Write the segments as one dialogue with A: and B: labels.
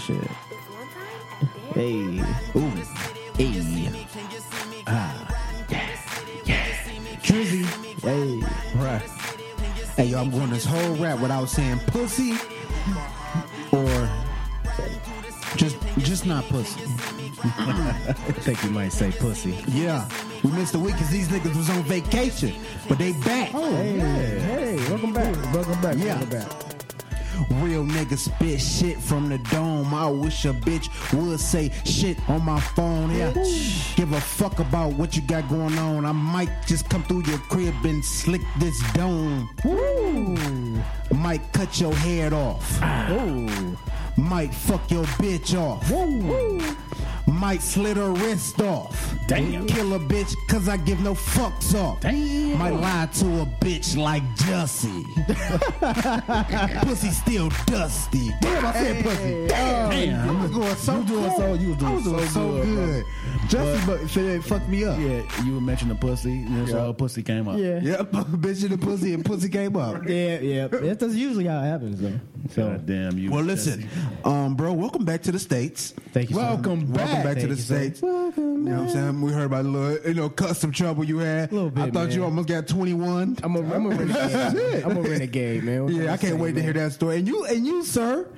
A: Shit. Hey. Ooh. Hey. Ah. Yeah. Yeah. Drizzy. Hey.
B: Bruh. Hey, yo, I'm going this whole rap without saying pussy or just just not pussy.
A: I think you might say pussy.
B: Yeah, we missed a week because these niggas was on vacation, but they back.
C: Hey, hey, welcome back. Welcome back.
B: Yeah.
C: Welcome back.
B: Real niggas spit shit from the dome. I wish a bitch would say shit on my phone. Yeah. Give a fuck about what you got going on. I might just come through your crib and slick this dome. Might cut your head off. Might fuck your bitch off. Might slit her wrist off.
A: Damn.
B: Kill a bitch cause I give no fucks off.
A: Damn.
B: Might lie to a bitch like Jussie. pussy still dusty. Damn, I said pussy. Damn.
A: Damn.
B: You was going so
C: You doing
B: good.
C: so- you was doing
B: I was
C: so good,
B: good. Jussie but, said fucked me up.
A: Yeah, you were mentioning pussy. And that's how pussy came up.
C: Yeah.
B: Yep, bitch in the pussy and pussy came up.
C: Yeah, yeah. That's, that's usually how it happens, though. So,
A: God damn you.
B: Well, listen, um, bro, welcome back to the states.
C: Thank you, sir.
B: Welcome back. Welcome back
C: Thank
B: to the
C: you, sir.
B: states. You know what I'm saying? We heard about a little, you know, custom trouble you had.
C: Little bit,
B: I thought you
C: man.
B: almost got 21.
C: I'm a, I'm a renegade. I'm a renegade, man. What can
B: yeah, I can't
C: say,
B: wait to
C: man?
B: hear that story. And you, and you, sir.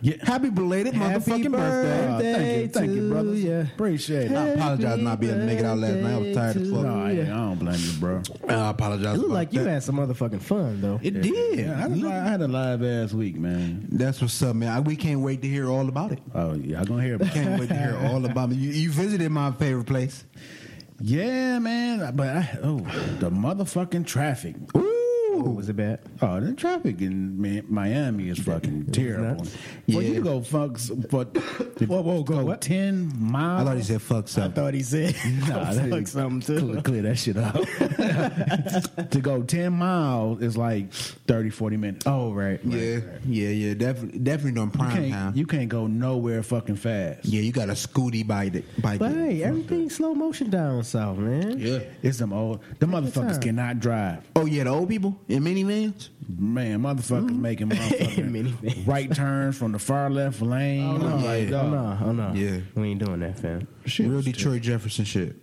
A: Yeah.
B: Happy belated
C: Happy
B: motherfucking birthday.
C: birthday.
A: Ah, Thank you, thank
C: to
A: you, brothers.
C: ya.
A: Appreciate it.
B: I apologize not being a nigga out last night. I was tired as fuck.
A: No, I, I don't blame you, bro.
B: I apologize.
C: It looked
B: about
C: like you
B: that.
C: had some motherfucking fun, though.
B: It did.
A: Yeah, I had, a li- I had a live ass week, man.
B: That's what's up, man. I, we can't wait to hear all about it.
A: Oh, y'all gonna hear about it.
B: Can't wait to hear all about it. You, you visited my favorite place.
A: Yeah, man. But I, oh, the motherfucking traffic.
C: Ooh, was it bad?
A: Oh, the traffic in Mi- Miami is fucking terrible.
C: nuts.
A: Well,
B: Yeah.
A: you go fuck s- for whoa, whoa, go
C: what?
A: ten miles.
B: I thought you said fuck
C: I
B: something.
C: thought he said
A: Nah, that
C: fuck
A: ain't-
C: something
A: Clear,
C: too.
A: clear that shit out. to go 10 miles is like 30, 40 minutes.
C: Oh right, right.
B: Yeah, yeah, yeah. Definitely, definitely during
A: You
B: prime
A: can't,
B: time.
A: you can't go nowhere fucking fast.
B: yeah, you got a scooty bike. bike
C: But hey, everything's slow motion down south, man.
A: Yeah. It's them old. The motherfuckers
C: time.
A: cannot drive.
B: oh yeah, the old people in minivans.
A: Man, motherfuckers making motherfucking
C: Minivans.
A: right turns from the far left lane.
C: Oh no,
A: I'm like,
C: oh,
A: dog,
C: no, oh no.
B: Yeah.
C: we ain't doing that, fam.
A: shit
B: Real
A: was
B: Detroit Jefferson shit.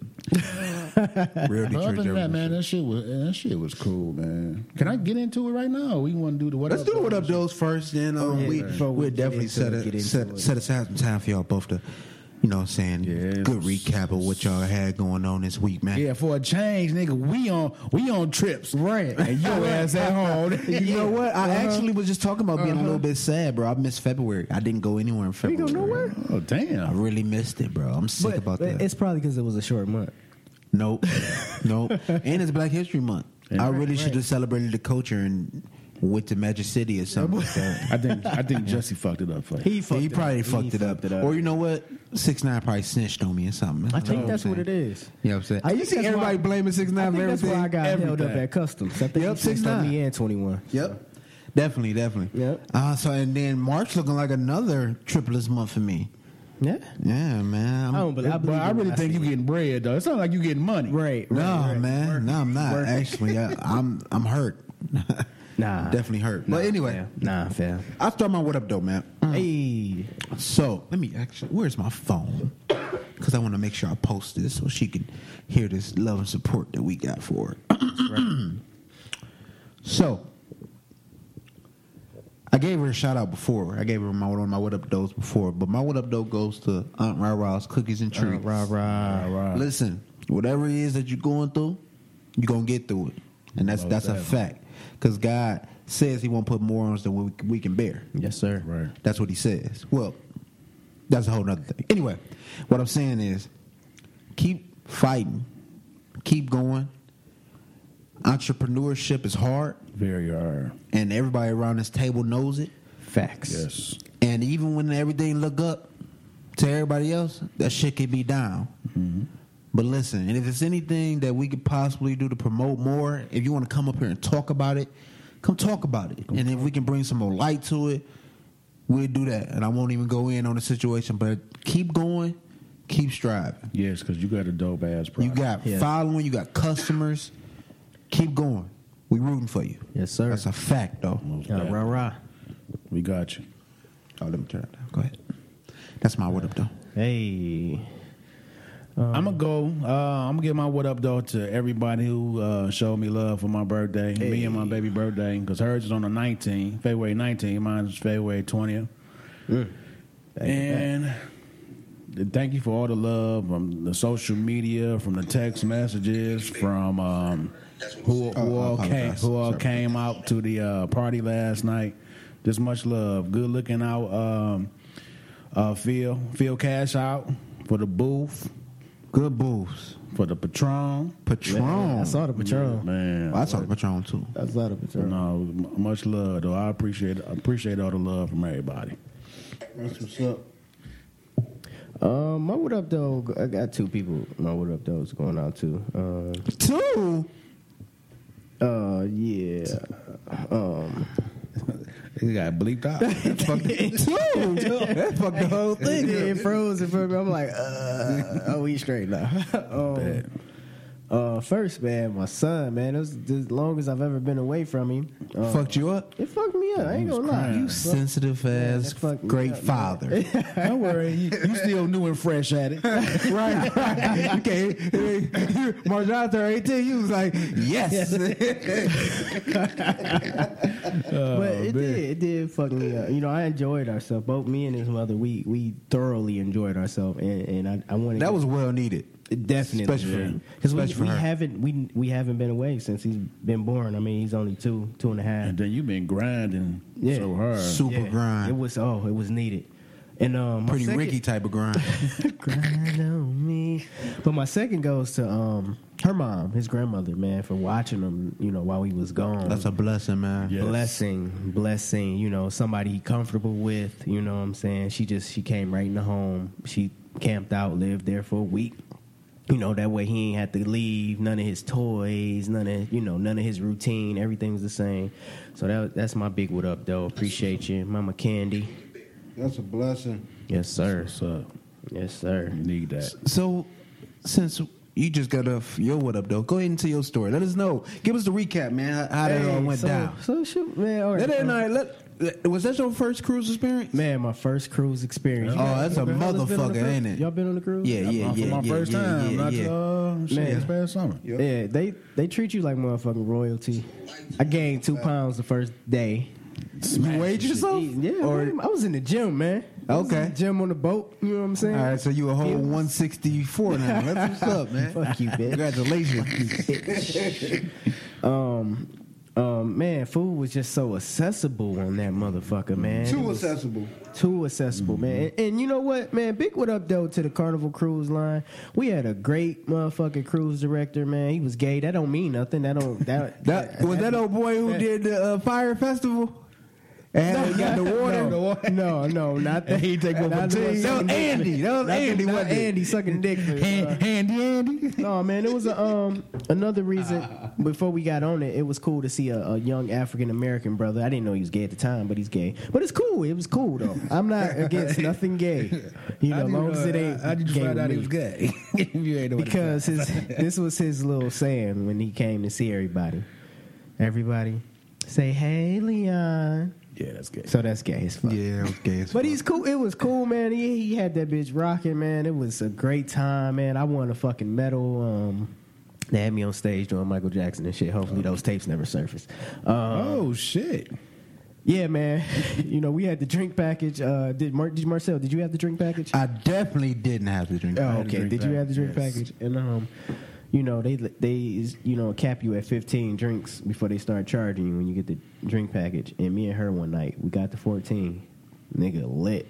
A: terrible.
B: Real Detroit
A: Other than that,
B: Jefferson.
A: man, that shit was that shit was cool, man. Can I get into it right now? or We want to do the what?
B: Let's
A: up
B: do the what
A: though?
B: up those first, then um,
C: yeah,
B: we
C: man. Before we
B: we'll
C: get
B: definitely
C: into
B: set
C: it, get
B: a,
C: into
B: set,
C: it.
B: set aside some time for y'all both to, you know, what I'm saying
A: Yeah.
B: good recap of what y'all had going on this week, man.
A: Yeah, for a change, nigga. We on we on trips, right? And your ass at home.
B: You know what? I
A: Uh-huh.
B: actually was just talking about being a little bit sad, bro. I missed February. I didn't go anywhere in February.
A: Oh
B: I
A: damn.
B: really missed it, bro. I'm sick
C: But
B: about
C: but
B: that.
C: it's probably because it was a short month.
B: Nope. nope. And it's Black History Month.
A: Yeah.
B: I really should have celebrated the culture and went to Magic City or something like that.
A: I think I think Jesse fucked it up for you.
C: He fucked
B: he
C: it
B: probably
C: up.
B: fucked,
C: He
B: it, up. Or you know what? Six nine probably snitched on me or something.
C: I think that's what it is.
B: You know what I'm saying?
C: I
B: you
C: think
B: see
C: that's
B: everybody
C: why-
B: blaming six
C: I
B: nine for
C: think that's
B: everything.
C: why I got held up
A: everything.
C: at customs. I think
B: Yep,
C: yep, six on
B: 6ix9ine.
C: me and twenty one.
B: Yep. Definitely, definitely.
C: Yep.
B: Uh, so and then March looking like another triplets month for me.
C: Yeah,
B: Yeah, man. I'm-
C: I don't believe. I,
A: But
C: believe
A: I
C: it when
A: really think
C: see
A: you
C: it.
A: getting bread though. It's not like you getting money.
C: right. right,
B: no,
C: right.
B: man. No, I'm not.
C: Work.
B: Actually, I, I'm I'm hurt.
C: Nah,
B: Definitely hurt.
C: Nah,
B: But anyway,
C: fam. nah, fam.
B: I start my what up though, man.
C: Hey,
B: So let me actually, where's my phone? Because I want to make sure I post this so she can hear this love and support that we got for her. so I gave her a shout out before. I gave her my one of my what up doughs before, but my what up dough goes to Aunt Ra Ra's cookies and treats.
C: rah rah rah.
B: Listen, whatever it is that you're going through, you're gonna get through it, and that's
A: Most
B: that's a fact. Because God says He won't put more on us than we, we can bear.
C: Yes, sir.
A: Right.
B: That's what he says. Well, that's a whole nother thing. Anyway, what I'm saying is keep fighting, keep going. Entrepreneurship is hard,
A: Very hard.
B: and everybody around this table knows it.
C: Facts.
A: Yes.
B: And even when everything look up to everybody else, that shit could be down.
C: Mm-hmm.
B: But listen, and if it's anything that we could possibly do to promote more, if you want to come up here and talk about it, come talk about it. And if we can bring some more light to it, we'll do that. And I won't even go in on the situation, but keep going, keep striving.
A: Yes, because you got a dope ass
B: You
A: product.
B: got
C: Yeah.
B: following, you got customers. Keep going. We rooting for you.
C: Yes, sir. Mm-hmm.
B: That's a fact, though.
A: Most
C: Yeah,
A: definitely.
C: rah rah.
A: We got you.
B: Oh, let me turn it down. Go ahead. That's my what up though.
C: Hey.
A: I'm gonna go. Uh, I'm gonna give my what up though to everybody who uh, showed me love for my birthday, me and my baby birthday, because hers is on the 19th, February 19th. Mine's February 20th.
B: Mm.
A: And thank you for all the love from the social media, from the text messages, from um, who, who
B: Oh, I
A: all came
B: apologize.
A: who all
B: Sorry.
A: came out to the uh, party last night. Just much love. Good looking out, um, uh, Phil. Phil Cash out for the booth,
B: Good booze.
A: for the Patron.
B: Patron.
C: I saw the patrol.
A: Man,
B: Well, I saw the Patron too.
C: I saw the patrol.
A: no, m- much love though. I appreciate appreciate all the love from everybody.
C: Um, my what up though? I got two people. My what up though is going out to. Uh,
B: Two.
C: Uh, yeah. Um,
A: He got bleeped out.
B: Two. that fucked the whole
C: it,
B: thing. up.
C: froze in front of me. I'm like, uh, are we straight now? um,
A: Bet.
C: uh, first, man, my son, man, it was the longest I've ever been away from him. Uh,
B: Fucked you up.
C: It fucked me up. I ain't gonna lie.
A: crying.
B: You sensitive ass
C: that fucked me
B: great
C: up, man.
B: father.
A: Don't worry, you, you still new and fresh at it.
B: right, right. Okay. Marjan turned 18. You was like, yes. Oh,
A: Oh,
C: but it did, it did fuck me up. You know, I enjoyed ourselves. Both me and his mother, we we thoroughly enjoyed ourselves, and and I, I wanted
B: that was well needed.
C: Definitely,
B: Especially for him.
C: Because we,
B: Especially for
C: we
B: her.
C: haven't we we haven't been away since he's been born. I mean, he's only two, two and a half.
A: And then you've been grinding
C: Yeah.
A: so hard.
B: Super
C: Yeah, It
B: grind.
C: was oh, it was needed. And um, my
B: Pretty
C: second-
B: Ricky type of grind.
C: grind on me. But my second goes to um her mom, his grandmother, man, for watching him. You know, while he was gone.
B: That's a blessing, man.
A: Yeah. Yes.
C: blessing, blessing. You know, somebody he comfortable with. You know what I'm saying? She just she came right in the home. She camped out, lived there for a week. You know, that way he ain't had to leave none of his toys, none of you know, none of his routine. Everything was the same. So that that's my big what up though. Appreciate you, Mama Candy.
D: That's a blessing.
C: Yes, sir.
A: What's up?
C: Yes, sir.
A: You need that.
B: So, since you just got off your what up, though, go ahead and tell your story. Let us know. Give us the recap, man, how how that all
C: Hey,
B: went
C: so,
B: down.
C: So shoot, man. All right,
B: That ain't
C: uh,
B: all right. Let, was that your first cruise experience?
C: man, my first cruise experience. You
B: Oh,
C: guys-
B: that's a
C: you fellas been on the
B: motherfucker,
C: cruise?
B: ain't it?
C: Y'all been on the cruise?
B: Yeah, yeah,
A: Uh,
B: yeah.
A: for my
B: yeah,
A: first
B: yeah,
A: time,
B: yeah,
A: not
B: yeah.
A: uh, shit,
C: Man.
A: this past summer.
C: Yeah, they they treat you like motherfucking royalty. I gained two pounds the first day.
B: You weighed yourself?
C: Yeah,
B: Or-
C: man, I was in the gym, man. I was in
B: Okay.
C: the gym on the boat. You know what I'm saying?
B: all right, so you a whole
C: Yeah.
B: 164 now. That's what's up, man.
C: Fuck you, bitch.
B: Congratulations.
C: um, um, man, food was just so accessible on that motherfucker,
B: Mm-hmm.
C: man. It
D: Too
C: was
D: accessible.
C: Too accessible, man. And, and you know what, man? Big what up though to the Carnival Cruise Line. We had a great motherfucking cruise director, man. He was gay. That don't mean nothing. That don't that,
B: That was that old boy who did the uh, fire festival. And he got the water.
C: No, no, no, not that.
A: He take one for
C: Not the
A: team.
C: one
B: That
C: sucking
B: was
C: dick.
B: Andy. That was
C: Not the-
B: Andy.
C: not
B: wasn't it?
C: Andy sucking dick. for- uh,
B: Hand- Handy Andy.
C: no, man, it was a, um another reason. Before we got on it, it was cool to see a, a young African American brother. I didn't know he was gay at the time, but he's gay. But it's cool. It was cool though. I'm not against nothing gay. You know,
A: How
C: as
A: did,
C: long as
A: uh,
C: it ain't.
A: How did you
C: gay
A: find
C: with
A: out
C: me
A: he was gay? you ain't know what
C: because his this was his little saying when he came to see everybody. Everybody say, "Hey, Leon."
A: Yeah, that's gay.
C: So that's gay as fuck.
B: Yeah, okay.
C: But he's cool. It was cool, man. He, he had that bitch rocking, man. It was a great time, man. I won a fucking medal. Um, they had me on stage doing Michael Jackson and shit. Hopefully, those tapes never surface. Um,
A: Oh shit!
C: yeah, man. you know, we had the drink package. Uh, did, Mar- did Marcel? Did you have the drink package?
B: I definitely didn't have to drink.
C: Oh,
A: had a
C: okay.
A: drink
C: Did you have the drink
A: package,
C: package? And um, you know they they you know cap you at fifteen drinks before they start charging you when you get the drink package. And me and her one night we got the fourteen, nigga lit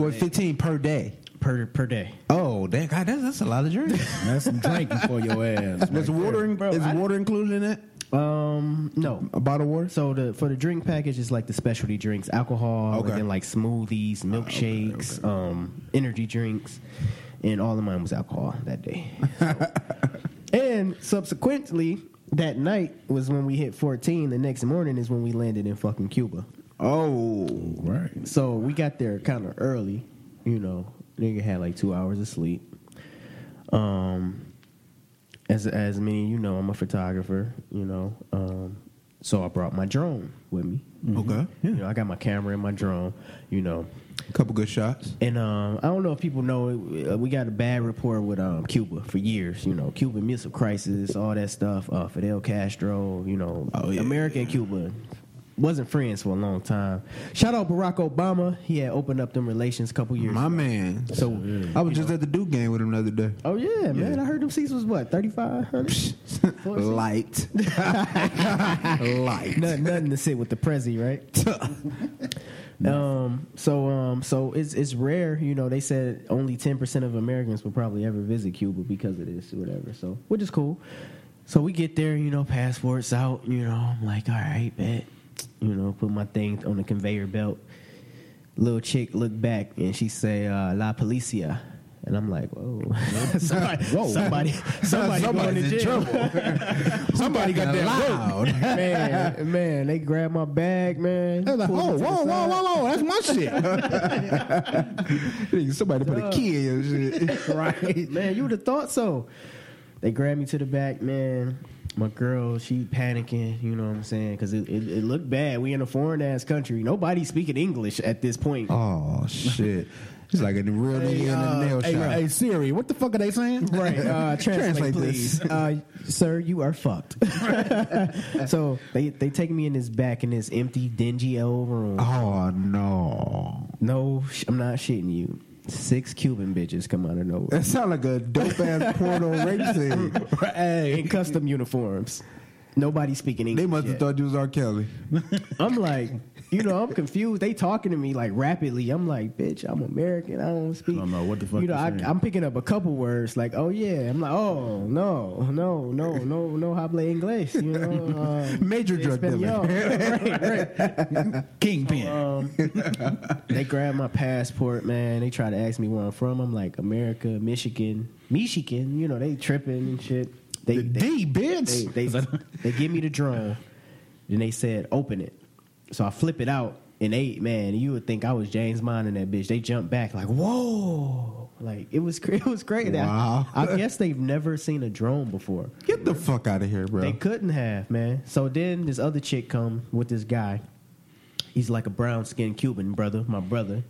B: Well, 15 per day.
C: per per day.
B: Oh, that, God, that's, that's a lot of drinks.
A: That's some drinking for your ass.
B: Is water, in-
C: Bro,
B: is
C: I-
B: water included in that?
C: Um, no.
B: A bottle of water?
C: So the for the drink package is like the specialty drinks, alcohol,
B: Okay.
C: and then like smoothies, milkshakes, um, energy drinks, and all of mine was alcohol that day. So- and subsequently, that night was when we hit 14. The next morning is when we landed in fucking Cuba.
B: Oh.
A: Right.
C: So we got there kind of early, you know. Nigga had like two hours of sleep. Um, as as many of you know, I'm a photographer, you know. Um, so I brought my drone with me.
B: Okay.
C: You know, I got my camera and my drone. You know,
B: Couple good shots.
C: and um, I don't know if people know, uh, we got a bad rapport with um, Cuba for years. You know, Cuban Missile Crisis, all that stuff. Uh, Fidel Castro. You know,
B: Oh, yeah.
C: America and Cuba wasn't friends for a long time. Shout out Barack Obama. He had opened up them relations a couple years.
B: My
C: ago.
B: man.
C: So,
B: I was just at the Duke game with him the other day.
C: oh yeah, man, I heard them seats was what thirty five hundred.
B: Light. Light.
C: nothing, nothing to sit with the prezi, right? um, so, um, so it's it's rare, you know. They said only ten percent of Americans will probably ever visit Cuba because of this, or whatever. So, which is cool. So we get there, you know, passports out, you know. I'm like, all right, bet, you know, put my thing on the conveyor belt. Little chick looked back and she say, uh, "La policia." And I'm like, whoa, somebody,
A: Whoa.
C: somebody, somebody, going to
B: Somebody's in
C: jail.
B: Somebody got that loud.
C: man, man, they grabbed my bag, man.
B: They're like,
C: Pulled
B: oh,
C: me to the
B: whoa, whoa,
C: side.
B: whoa, whoa, that's my shit. Somebody put a key in your shit.
C: right? Man, you would have thought so. They grabbed me to the back, man. My girl, she panicking, you know what I'm saying? Because it, it, it looked bad. We in a foreign ass country. Nobody speaking English at this point.
B: Oh shit! It's like a real nigga in a nail
A: hey,
B: shop.
A: hey, Siri, what the fuck are they saying?
C: Right. Uh, translate,
B: Translate
C: please.
B: this.
C: Uh, sir, you are fucked. so they, they take me in this back in this empty, dingy old room.
B: Oh no!
C: No, sh- I'm not shitting you. Six Cuban bitches come out of nowhere.
B: That sound like a dope ass porno rape scene.
C: in custom uniforms. Nobody speaking English.
B: They must have
C: yet.
B: thought you was R. Kelly.
C: I'm like, you know, I'm confused. They talking to me like rapidly. I'm like, bitch, I'm American. I don't speak.
A: I don't know what the fuck
C: You know,
A: you're
C: I,
A: saying.
C: I'm picking up a couple words like, oh yeah. I'm like, oh no, no, no, no, no habla inglés. You know, um,
B: Major drug dealer.
C: Espanol. right, right.
A: Kingpin.
C: Um, they grabbed my passport, man. They try to ask me where I'm from. I'm like, America, Michigan, Michigan. You know, they tripping and shit. They, they
B: D bitch.
C: they they, they give me the drone, then they said open it. So I flip it out, and they man, you would think I was James Bond in that bitch. They jumped back like whoa, like it was cra- it was great.
B: Wow.
C: I, I guess they've never seen a drone before.
B: Get the fuck out of here, bro.
C: They couldn't have, man. So then this other chick come with this guy. He's like a brown skinned Cuban brother, my brother.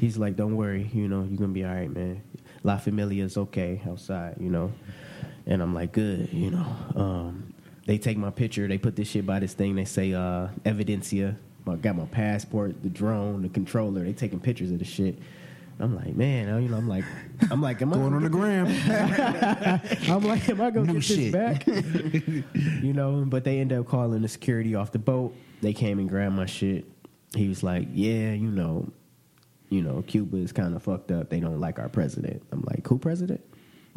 C: He's like, Don't worry, you know, you're gonna be all right, man. La Familia's okay outside, you know. And I'm like, Good, you know. Um, they take my picture, they put this shit by this thing, they say uh evidencia. I got my passport, the drone, the controller, they taking pictures of the shit. I'm like, man, you know, I'm like, I'm like, am I
B: Going on the gram.
C: I'm like, am I gonna
B: New
C: get this
B: shit.
C: back? you know, but they end up calling the security off the boat. They came and grabbed my shit. He was like, yeah, you know, you know, Cuba is kind of fucked up. They don't like our president. I'm like, who president?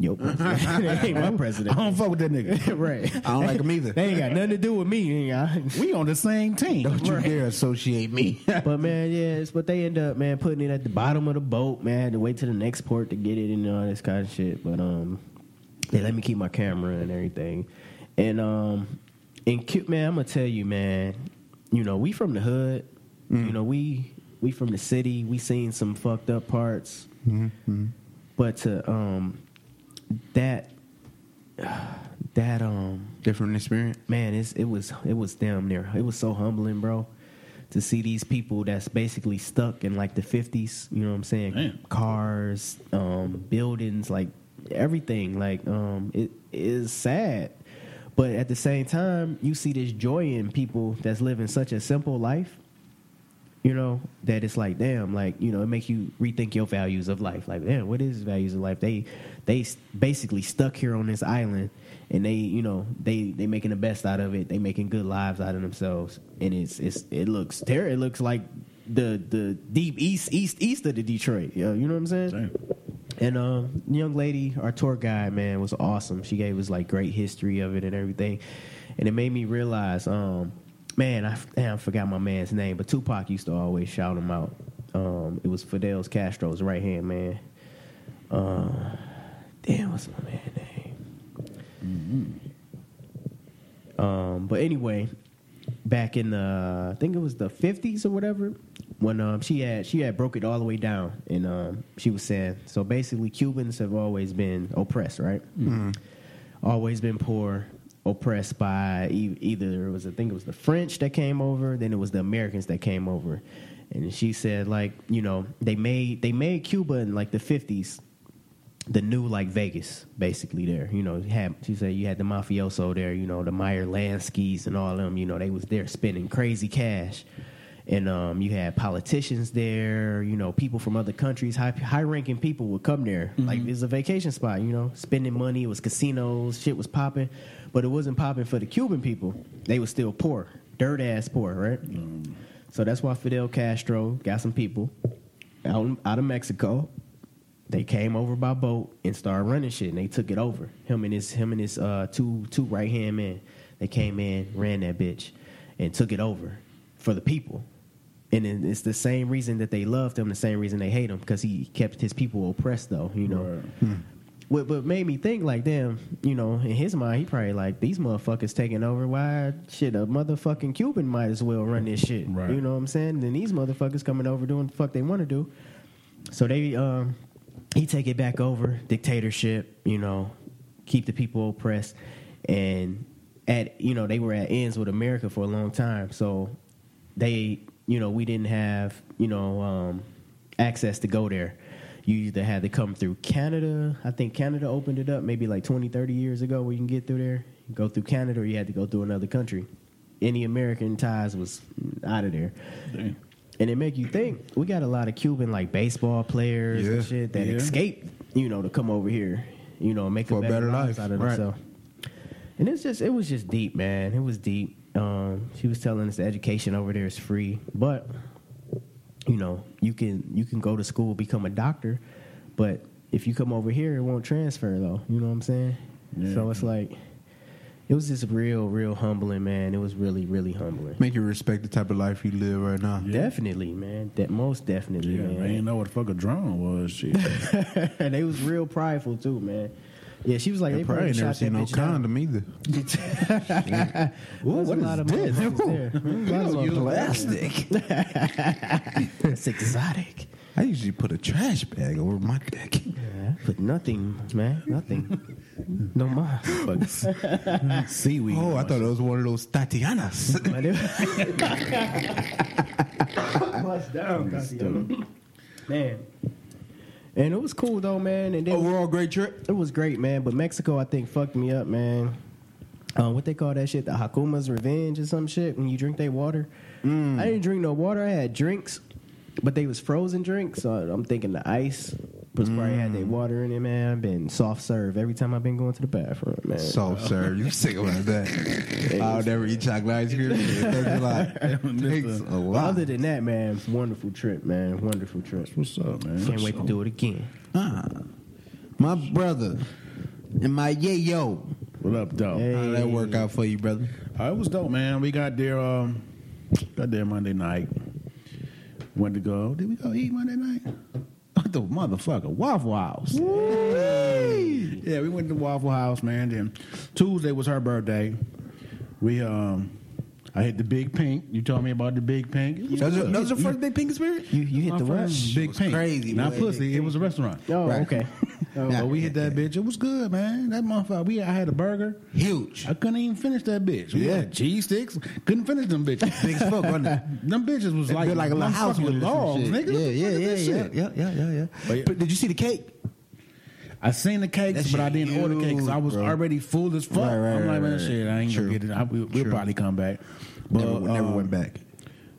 C: Yo, president. That ain't my
A: I
C: president.
A: don't fuck with that nigga.
C: right.
B: I don't like him either.
C: They ain't got nothing to do with me. nigga.
A: We on the same team.
B: Don't you dare associate me.
C: but man, yeah, it's, but they end up man putting it at the bottom of the boat. Man, had to wait to the next port to get it and all this kind of shit. But um, they let me keep my camera and everything. And um, and Cu- man, I'm gonna tell you, man, you know we from the hood. You know we we from the city. We seen some fucked up parts. But to um, that that um
B: Different experience.
C: man, it's, it was it was damn near. It was so humbling, bro, to see these people that's basically stuck in like the fifties. You know what I'm saying?
A: Damn.
C: Cars, um, buildings, like everything. Like um, it it is sad, but at the same time, you see this joy in people that's living such a simple life. You know that it's like damn, like you know, it makes you rethink your values of life. Like, damn, what is values of life? They they s- basically stuck here on this island, and they you know they they making the best out of it. They making good lives out of themselves, and it's it's it looks ter- It looks like the the deep east east east of the Detroit. You know, you know what I'm saying?
A: Damn.
C: And um, the young lady, our tour guide, man, was awesome. She gave us like great history of it and everything, and it made me realize, um, man, I damn, I forgot my man's name, but Tupac used to always shout him out. Um, it was Fidel's Castro's right hand man. Uh, damn, what's my man's name? Um, but anyway, back in the I think it was the fifties or whatever, when um, she had she had broke it all the way down, and um, she was saying so basically Cubans have always been oppressed, right? Always been poor, oppressed by e- either it was I think it was the French that came over, then it was the Americans that came over, and she said like you know they made they made Cuba in like the fifties the new like Vegas, basically there. You know, you had she said you had the mafioso there. You know, the Meyer Lanskis and all them. You know, they was there spending crazy cash, and um, you had politicians there. You know, people from other countries, high high ranking people would come there. Like it's a vacation spot. You know, spending money. It was casinos. Shit was popping, but it wasn't popping for the Cuban people. They was still poor, dirt ass poor, right? So that's why Fidel Castro got some people out out of Mexico they came over by boat and started running shit, and they took it over. Him and his him and his uh, two two right hand men. They came in, ran that bitch, and took it over for the people. And then it's the same reason that they loved him, the same reason they hate him, because he kept his people oppressed, though. You know. Hmm. What but made me think like, damn, you know, in his mind, he probably like these motherfuckers taking over. Why shit? A motherfucking Cuban might as well run this shit.
A: Right.
C: You know what I'm saying? Then these motherfuckers coming over doing the fuck they want to do. So they um he take it back over, dictatorship, you know, keep the people oppressed and at you know, they were at ends with America for a long time. So they you know, we didn't have, you know, um access to go there. You either had to come through Canada. I think Canada opened it up maybe like 20, 30 years ago where you can get through there. Go through Canada or you had to go through another country. Any American ties was out of there
A: Damn.
C: and it make you think we got a lot of Cuban like baseball players
D: Yeah,
C: and shit that
A: yeah.
C: escape, you know, to come over here, you know, make
D: For
C: a better, life out of
D: right.
C: themselves. And it's just it was just deep, man. It was deep. Um, she was telling us the education over there is free, but you know, you can you can go to school become a doctor, but if you come over here, it won't transfer though. You know what I'm saying?
A: Yeah.
C: So it's like it was just real, real humbling, man. It was really, really humbling.
B: Make you respect the type of life you live right now.
C: Definitely, man. That most definitely,
A: Yeah, they
C: man.
A: didn't know what the fuck a drone was. Shit.
C: and they was real prideful too, man. Yeah, she was like,
B: They
C: they
B: probably
C: probably,
B: ain't never
C: shot that
B: seen
C: bitch
B: no
C: down.
B: condom either.
C: Ooh, what is this?
B: plastic.
C: It's exotic.
B: I usually put a trash bag over my dick.
C: Yeah, I put nothing, man. Nothing. no mind.
A: Seaweed.
B: Oh, I thought it was one of those Tatianas.
C: But it- Bust down, Tatiana. man. And it was cool though, man. And then
A: Oh,
B: Overall, great trip.
C: It was great, man. But Mexico, I think, fucked me up, man. Uh, what they call that shit? The Hakuma's revenge or some shit when you drink their water. I didn't drink no water. I had drinks, but they was frozen drinks. So I'm thinking the ice was probably had their water in it, man. I've been soft serve every time I've been going to the bathroom, man.
B: Soft serve. You sick about that? I'll never eat chocolate ice cream. That's a lot. Takes a
C: But
B: lot.
C: other than that, man, wonderful trip, man. Wonderful trip.
A: What's up, man?
C: Can't wait to do it again.
B: Ah, my brother and my yayo.
A: What up, though?
C: Hey.
B: How that work out for you, brother?
A: Uh, it was dope, man. We got there. Um, got there Monday night. Went to go. Did we go eat Monday night? the motherfucker Waffle House. Yeah, we went to Waffle House, man. Then Tuesday was her birthday. We um, I hit the Big Pink. You told me about the Big Pink. It was
B: That was,
A: good.
B: that was your first day pink spirit.
C: You you hit
A: My
C: the rush.
A: first Big
B: was
A: Pink.
B: crazy,
A: Not
B: boy.
A: pussy. It was a restaurant.
C: Oh,
B: Right.
C: okay.
A: Oh, but we hit that bitch. It was good, man. That motherfucker. We I had a burger.
B: Huge.
A: I couldn't even finish that bitch. We
B: Yeah.
A: had cheese sticks. Couldn't finish them bitches.
B: Big as fuck, wasn't it?
A: Them bitches was like,
B: Built like a little house with it or some
A: logs,
B: shit.
A: nigga.
B: Yeah,
A: Look at
B: yeah,
A: this
B: yeah,
A: shit.
B: yeah, yeah, yeah, yeah,
A: But
B: yeah.
A: yeah.
B: But did you see the cake?
A: I seen the cakes,
B: That
A: but I
B: shit
A: didn't order cakes. I was
B: huge, bro.
A: already full as fuck.
B: Right, right,
A: I'm like,
B: right,
A: man,
B: right.
A: shit, I ain't
B: True.
A: gonna get it. I, we, we'll
B: True.
A: probably come back. But
B: never, never
A: um,
B: went back.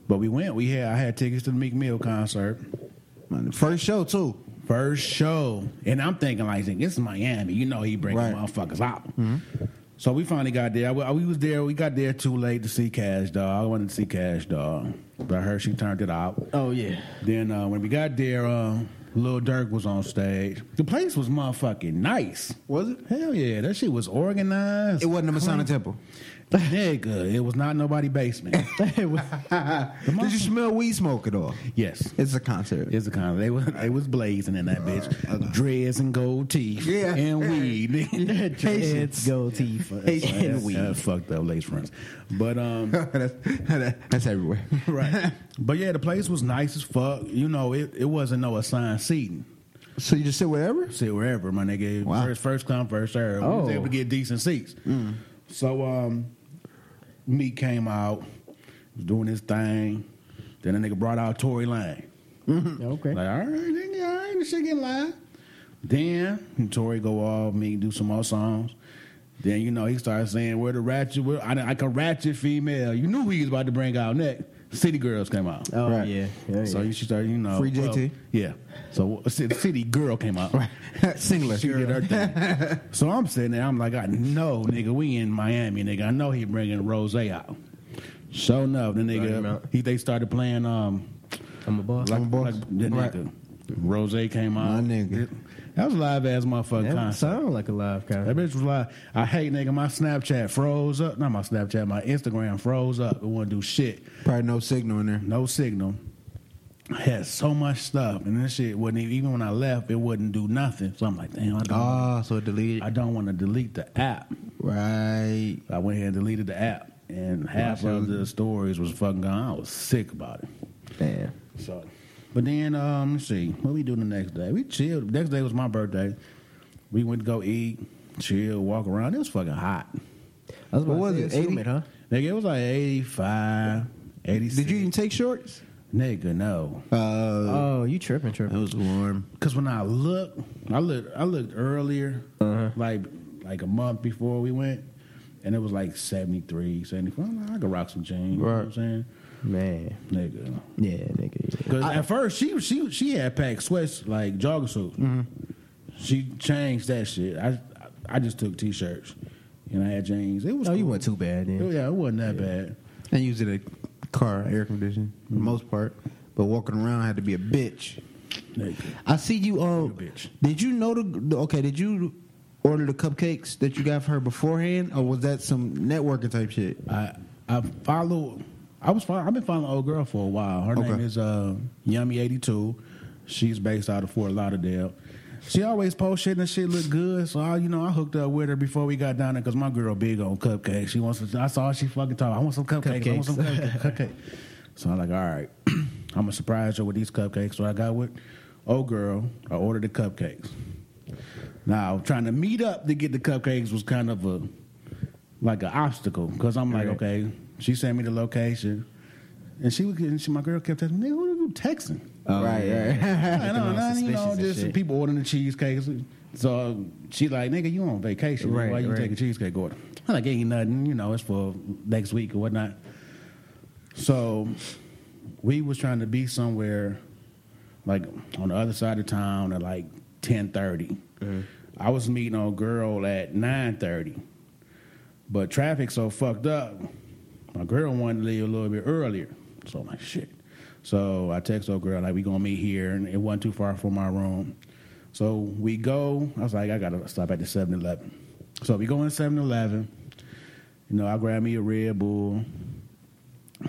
A: But we went. We had. I had tickets to the Meek Mill concert.
B: Man, the first show too.
A: First show, and I'm thinking like, this is Miami. You know, he bring the
B: Right. Mm-hmm.
A: motherfuckers out. So we finally got there. We, we was there. We got there too late to see Cash Dog. I wanted to see Cash Dog, but I heard she turned it out.
C: Oh yeah.
A: Then uh, when we got there, uh, Lil Durk was on stage. The place was motherfucking nice.
B: Was it?
A: Hell yeah, that shit was organized.
B: It wasn't a Masonic temple.
A: Nigga, it was not nobody basement.
B: Did you smell weed smoke at all?
A: yes.
B: It's a concert.
A: It's a kind of they was they was blazing in that bitch, dreads and gold teeth,
B: Yeah.
A: and weed, nigga.
C: Let's go, Tifa.
A: and weed. That's fucked up lace fronts, but um,
B: that's, that's everywhere.
A: right. But yeah, the place was nice as fuck. You know, it, it wasn't no assigned seating.
B: So you just sit wherever?
A: sit wherever, my nigga.
B: Wow.
A: First, first come, first serve. We was
C: Oh.
A: able to get decent seats. So um, Meek came out, was doing his thing. Then a nigga brought out Tory Lane.
C: Okay.
A: Like, all right, nigga, all right, this shit getting live. Then Tory go off, me do some more songs. Then you know he starts saying where the ratchet, where I, I can ratchet female. You knew he was about to bring out next. City Girls came out.
C: oh
B: Right.
C: yeah. yeah,
A: So
C: yeah.
A: you should start, you know.
B: Free JT.
A: yeah. So uh, City City Girl came out.
B: Singular.
A: She did her thing. so I'm sitting there. I'm like, I know, nigga. We in Miami, nigga. I know he bringing Rose out. So enough, the
C: Bring him
A: nigga.
C: out.
A: He they started playing. Um,
C: I'm a boss.
A: like,
B: I'm
A: like
B: boss.
A: the
B: Right.
A: nigga. Rose came
B: My
A: out.
B: nigga.
A: That was live ass motherfucking
C: that would
A: concert.
C: sound like a live
A: That
C: concert.
A: bitch was like, I hate nigga. My Snapchat froze up. Not my Snapchat. My Instagram froze up. It wouldn't do shit.
B: Probably no signal in there.
A: No signal. I had so much stuff, and this shit wouldn't even, even when I left, it wouldn't do nothing. So I'm like, damn, I don't,
B: Ah, so delete
A: I
B: it.
A: don't want to delete the app.
B: Right.
A: I went ahead and deleted the app, and half of the stories was fucking gone. I was sick about it.
C: Damn.
A: So, but then um, let's see what we do the next day. We chilled. Next day was my birthday. We went to go eat, chill, walk around. It was fucking hot.
C: I was about
B: What
C: to
B: was
C: say,
B: it,
C: assume
B: 80?
C: it, huh?
A: Nigga, it was like 85, 86.
B: Did you even take shorts?
A: Nigga, no.
B: Uh,
C: Oh, you tripping, tripping.
B: it was warm.
A: Cause when I looked, I looked, I looked earlier,
B: Uh-huh.
A: like like a month before we went, and it was like 73, 74. I'm like, I could rock some jeans. You know what I'm
B: Right.
A: saying,
C: Man.
A: nigga.
C: Yeah, nigga. yeah.
A: Because at first she she she had packed sweats like jogging suits. She changed that shit. I I just took t-shirts and I had jeans. It was
C: Oh, you
A: cool.
C: weren't too bad
A: It-
C: then.
A: yeah, it wasn't that bad.
B: And used it a car, air conditioning, for the most part. But walking around had to be a bitch.
A: Nigga.
B: I see you. Um,
A: You're a bitch.
B: did you know the, the? Okay, did you order the cupcakes that you got for her beforehand, or was that some networking type shit?
A: I I follow. I was follow, I've been following old girl for a while. Her
B: Okay.
A: name is uh, Yummy eighty two. She's based out of Fort Lauderdale. She always post shit and shit look good. So I, you know, I hooked up with her before we got down there because my girl big on cupcakes. She wants. To, I saw she fucking talk. I want some cupcakes. I want some cupcakes. cupcake. So I'm like, all right, I'm gonna surprise her with these cupcakes. So I got with old girl. I ordered the cupcakes. Now trying to meet up to get the cupcakes was kind of a like an obstacle because I'm like,
C: Right.
A: okay, she sent me the location, and she was getting. She, my girl kept texting, nigga, who are you texting?
C: Oh,
B: right, right.
A: I know,
C: all
A: nah, you
C: suspicious
A: know,
C: and
A: just
C: shit.
A: people ordering the cheesecakes. So she like, nigga, you on vacation?
C: Right,
A: Why you
C: right.
A: take a cheesecake order? I'm like, ain't nothing. You know, it's for next week or whatnot. So we was trying to be somewhere like on the other side of town at like ten
C: Mm-hmm.
A: I was meeting a girl at nine thirty, but traffic so fucked up. My girl wanted to leave a little bit earlier, so I'm like shit. So I text old girl like we gonna meet here, and it wasn't too far from my room. So we go. I was like I gotta stop at the 7-Eleven. So we go in 7-Eleven. You know I grab me a Red Bull.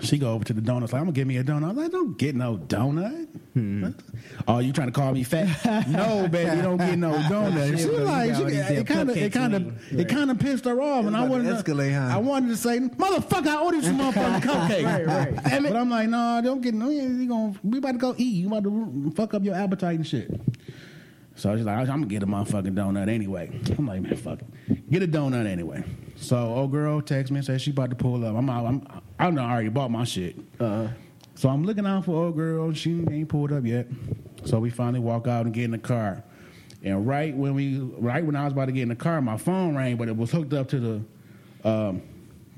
A: She go over to the donut. Like, I'm gonna get me a donut. I'm like, don't get no donut.
C: Hmm.
A: Oh, you trying to call me fat? no, baby, you don't get no donut.
C: Yeah,
A: She was
C: you
A: like,
C: got
A: she,
C: all these
A: it
C: damn
A: kind of, it
C: cupcakes
A: kind
C: waiting.
A: of, it kind of pissed her off, and I
B: about to
A: wanted, to,
B: escalate,
A: I
B: huh?
A: wanted to say, motherfucker, I ordered you motherfucking cupcakes. right, right. But I'm like, no, don't get no. You gonna, we about to go eat. You about to fuck up your appetite and shit. So she's like, I'm gonna get a motherfucking donut anyway. I'm like, man, fuck it. Get a donut anyway. So old girl texts me and says she about to pull up. I'm out. I'm, I know I already bought my shit. Uh-huh. So I'm looking out for old girl. She ain't pulled up yet. So we finally walk out and get in the car. And right when we, right when I was about to get in the car, my phone rang, but it was hooked up to the, um,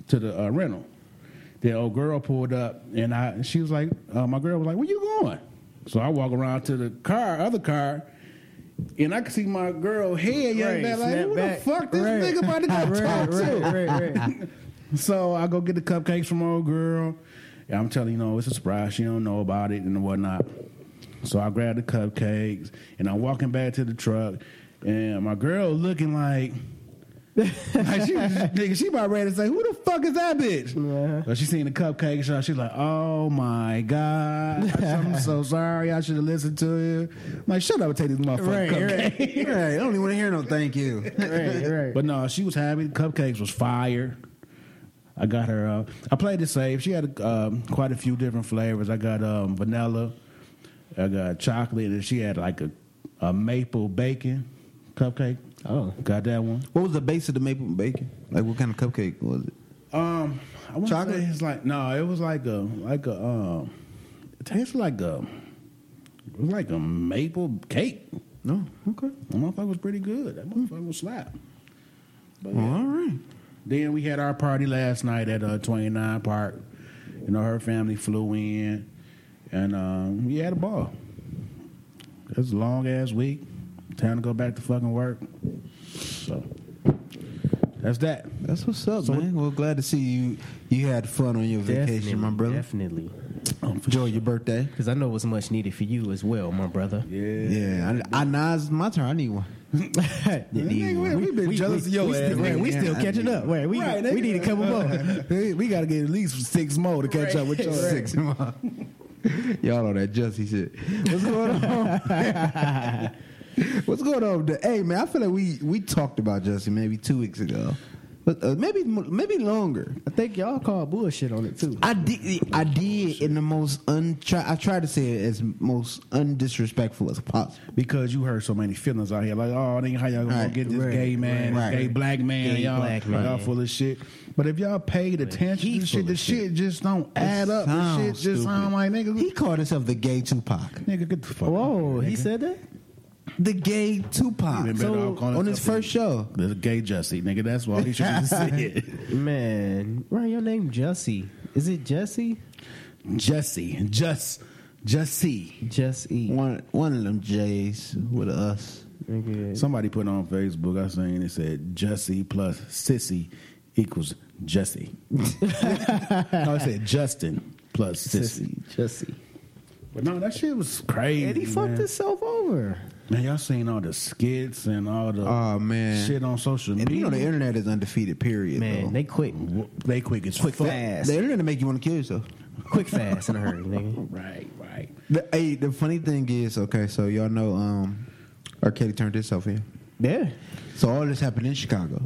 A: to the uh, rental. The old girl pulled up, and I, she was like, uh, my girl was like, where you going? So I walk around to the car, other car, and I could see my girl head young
C: Right,
A: back like,
C: snap
A: who
C: back.
A: the fuck this
C: Right.
A: nigga about to go talk to?
C: right, right, right.
A: So I go get the cupcakes from old girl. And I'm telling you, no, it's a surprise. She don't know about it and whatnot. So I grab the cupcakes and I'm walking back to the truck. And my girl looking like, like she, was just- nigga, she about ready to say, "Who the fuck is that bitch?" But she seen the cupcake shot. She's like, "Oh my god, I'm so sorry. I should have listened to you." I'm like, shut up and take these motherfucking
C: Right,
A: cupcakes.
B: Right, I don't even want to hear no thank you.
C: right, right.
A: But no, she was happy. Cupcakes was fire. I got her. Uh, I played it safe. She had um, quite a few different flavors. I got um, vanilla. I got chocolate, and she had like a, a maple bacon cupcake.
C: Oh.
A: Got that one.
B: What was the base of the maple bacon? Like what kind of cupcake was it?
A: Um, I want to
B: Chocolate?
A: say it's like no, it was like a like a um, it tasted like a it was like a maple cake.
B: No. Okay.
A: That motherfucker was pretty good. That motherfucker was slap. But yeah.
B: all right.
A: Then we had our party last night at uh, 29 Park. You know, her family flew in, and um, we had a ball. It was a long ass week. Time to go back to fucking work. So that's that.
B: That's what's up, man. Well, glad to see you. You had fun on your vacation, my brother.
C: Definitely. Um,
B: Enjoy your birthday.
C: Because I know what's much needed for you as well, my brother.
A: Yeah.
B: Yeah, I, I nah, it's my turn. I need one.
A: nigga, we- we been jealous of your
C: we
A: ass,
C: Still,
A: nigga.
C: we still
B: Yeah, I
C: catching
B: need-
C: up. Wait, we,
A: Right,
C: we
A: nigga.
C: need a couple more.
A: We, got to get at least six more to catch up with your
B: Six months. Y'all know that Jussie shit. What's going on? What's going on? The- Hey man, I feel like we we talked about Jussie maybe two weeks ago, but uh, maybe maybe longer.
C: I think y'all call bullshit on it too.
B: I did. I did in the most un. Try, I tried to say it as most undisrespectful as possible.
A: Because you heard so many feelings out here, like, oh, nigga, how y'all gonna
B: Right,
A: get this
C: right,
A: gay man,
B: right,
A: gay
B: right.
A: black man,
C: Gay
A: y'all,
C: black
A: y'all
C: man.
A: full of shit. But if y'all paid attention
C: he
A: to
C: full
A: shit, the
C: of shit.
A: shit just don't add up. The
B: sounds
A: shit just sound
B: stupid.
A: like nigga,
B: He called himself the gay Tupac.
A: nigga, get the fuck.
C: Whoa, he said
A: said.
C: that?
B: The gay Tupac.
A: He been better
B: So,
A: off calling
B: on his
A: himself
B: first show.
A: The gay Jussie, nigga. That's why he should have said
C: Man, Ryan, your name Jussie. Is it Jesse?
A: Jussie, just Jussie.
C: Jesse.
B: One one of them J's with us.
C: Nigga.
A: Somebody put on Facebook. I seen it said Jussie plus sissy equals Jussie. no, it said Justin plus sissy.
C: Sissy. Jesse.
A: But no, that shit was crazy.
C: And he
A: man.
C: fucked himself over.
A: Man, y'all seen all the skits and all the
C: Oh,
B: Aw, Oh, man.
A: shit on social
B: And
A: media.
B: you know the internet is undefeated. Period.
C: Man,
B: though.
C: they quick.
A: they quick as
C: Quick
A: fuck.
C: fast.
B: the internet make you want to kill yourself.
C: Quick fast in a hurry, nigga.
A: Right, right.
B: The, hey, the funny thing is, okay, so y'all know, um, R. Kelly turned himself in.
C: Yeah.
B: So all this happened in Chicago.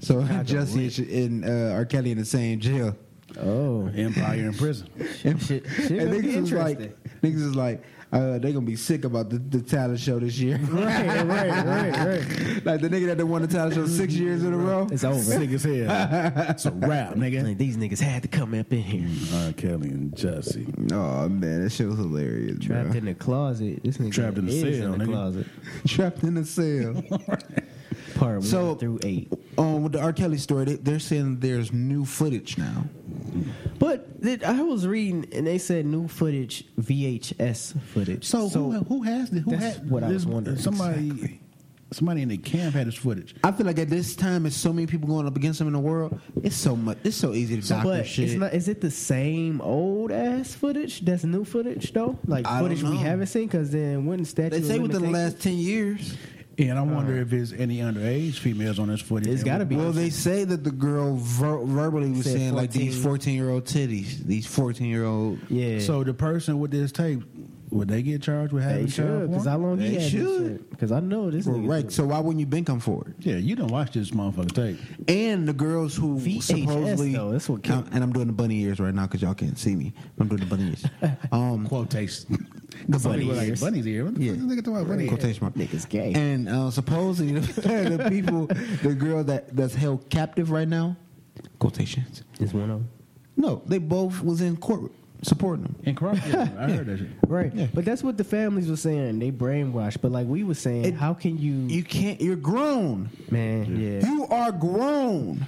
B: So
C: Chicago
B: Jussie and uh, R. Kelly in the same jail.
C: Oh.
A: Empire in prison.
C: Shit, shit, shit gonna
B: and
C: be
B: niggas is like,
C: interesting.
B: niggas is like, uh, they gonna be sick about the, the talent show this year.
C: Right, right, right, right.
B: like the nigga that done won the talent show six years in a row.
C: It's over.
A: Sick as hell. It's a rap, nigga.
C: Like, these niggas had to come up in here.
A: R. Kelly and Jussie.
B: Oh man, that shit was hilarious.
C: Trapped
B: bro.
C: in the closet. This nigga
A: Trapped in the
C: is
A: cell,
C: in the
A: nigga.
C: closet.
B: Trapped in a cell.
C: Part
B: So-
C: one through eight.
B: um, with the R. Kelly story, they, they're saying there's new footage now.
C: But th- I was reading, and they said new footage, VHS footage.
A: So, who, who has the, who
C: that's
A: had
C: what I was
A: this-
C: wondering.
A: Somebody, somebody in the camp had his footage.
B: I feel like at this time, it's so many people going up against him in the world. It's so much. It's so easy to
C: So,
B: doctor
C: but
B: shit.
C: it's not, is it the same old ass footage? That's new footage though, like
B: I don't
C: footage we
B: know.
C: haven't seen. Because then when statute
B: they
C: of
B: say within the
C: limitations-
B: last ten years.
A: And I wonder if there's any underage females on this footage.
C: It's gotta be.
B: Well, they say that the girl ver- verbally was
C: Said
B: saying like these
C: 14.
B: fourteen year old titties, these fourteen year old.
C: yeah.
A: So the person with this tape, would they get charged with having
C: they
A: child
C: should because
A: porn?
C: how long
B: They
C: he had
B: should.
C: Because I know this nigga
B: Right. So why wouldn't you been come forward?
A: yeah, you don't watch this motherfucking tape.
B: And the girls who
C: VHS
B: supposedly
C: though, that's what killed-
B: Um, and I'm doing the bunny ears right now because y'all can't see me. I'm doing the bunny ears. Um,
A: Quotation.
B: the
A: Bunny
B: bunny
A: Like,
B: ears.
A: bunny's here. What the
B: Yeah.
A: fuck is nigga talking about bunny ears?
B: Quotation mark.
C: Niggas gay.
B: And uh, supposedly the, the people, the girl that, that's held captive right now, quotations.
C: is one of them.
B: No, they both was in court supporting them.
A: And corrupted. I heard that shit.
C: Right.
B: Yeah.
C: But that's what the families were saying. They brainwashed. But like we were saying,
B: It-
C: how can you,
B: You can't. You're grown.
C: man? Yeah.
B: You are grown.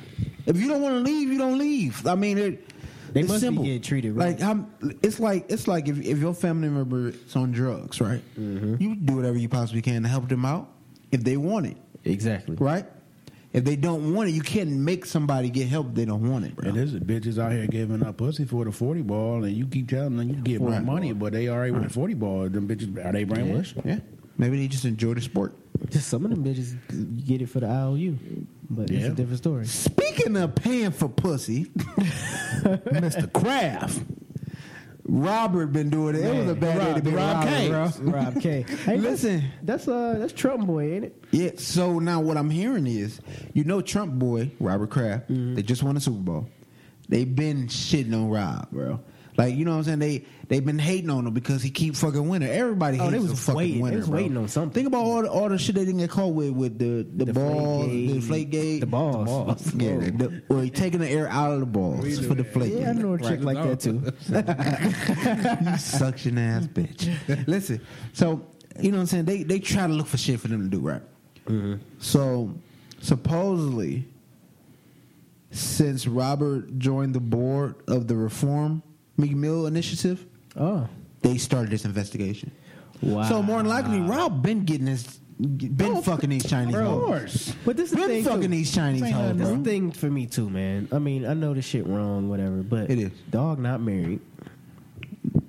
B: If you don't want to leave, you don't leave. I mean, it,
C: They
B: it's
C: must be
B: simple.
C: getting treated right.
B: Like I'm, it's like it's like if, if your family member is on drugs, right?
C: Mm-hmm.
B: You do whatever you possibly can to help them out if they want it,
C: exactly.
B: right? If they don't want it, you can't make somebody get help. They don't want it, bro.
A: And there's bitches out here giving up pussy for the 40 ball, and you keep telling them you get more
B: Right.
A: money, but they already with the 40 ball. Them bitches, are they brainwashed?
B: yeah, maybe they just enjoy the sport.
C: Just some of them bitches get it for the IOU, but it's
A: Yeah.
C: a different story.
B: Speaking of paying for pussy,
A: Mr. Kraft.
B: Robert been doing it. It was a bad day to be Robert, bro.
C: Rob K. Hey,
B: Listen.
C: that's, that's uh that's Trump boy, ain't it?
B: Yeah. So now what I'm hearing is, you know, Trump
C: Mm-hmm.
B: boy Robert Kraft. They just won the Super Bowl. They've been shitting on Rob, bro. Like you know what I'm saying? They they've been hating on him because he keep fucking winning. Everybody
C: Oh,
B: hates
C: they
B: a
C: was
B: fucking
C: waiting. They
B: winner.
C: was
B: bro.
C: waiting on something.
B: Think about all the, all the shit they didn't get caught with with the the,
C: The
B: balls,
C: flake
B: the
C: gate,
B: flake gate,
C: the balls.
B: Yeah,
C: Whoa.
B: the, well, he taking the air out of the balls for the flake
C: Yeah, I
B: gate.
C: know a chick like that too.
B: you suction ass bitch. Listen, so you know what I'm saying? They they try to look for shit for them to do, right?
C: Mm-hmm.
B: So supposedly, since Robert joined the board of the Reform McMill Initiative,
C: Oh,
B: they started this investigation.
C: wow. Oh,
B: So more than likely, Rob been getting his, been fucking these Chinese
A: Of
B: hoes.
A: course.
C: but this is the
B: Been
C: thing.
B: fucking
C: too.
B: these Chinese
A: Ain't
B: hoes,
A: nothing
C: This is
B: bro.
C: the thing for me too, man. I mean, I know this shit wrong, whatever, but
B: It is.
C: Dog not married.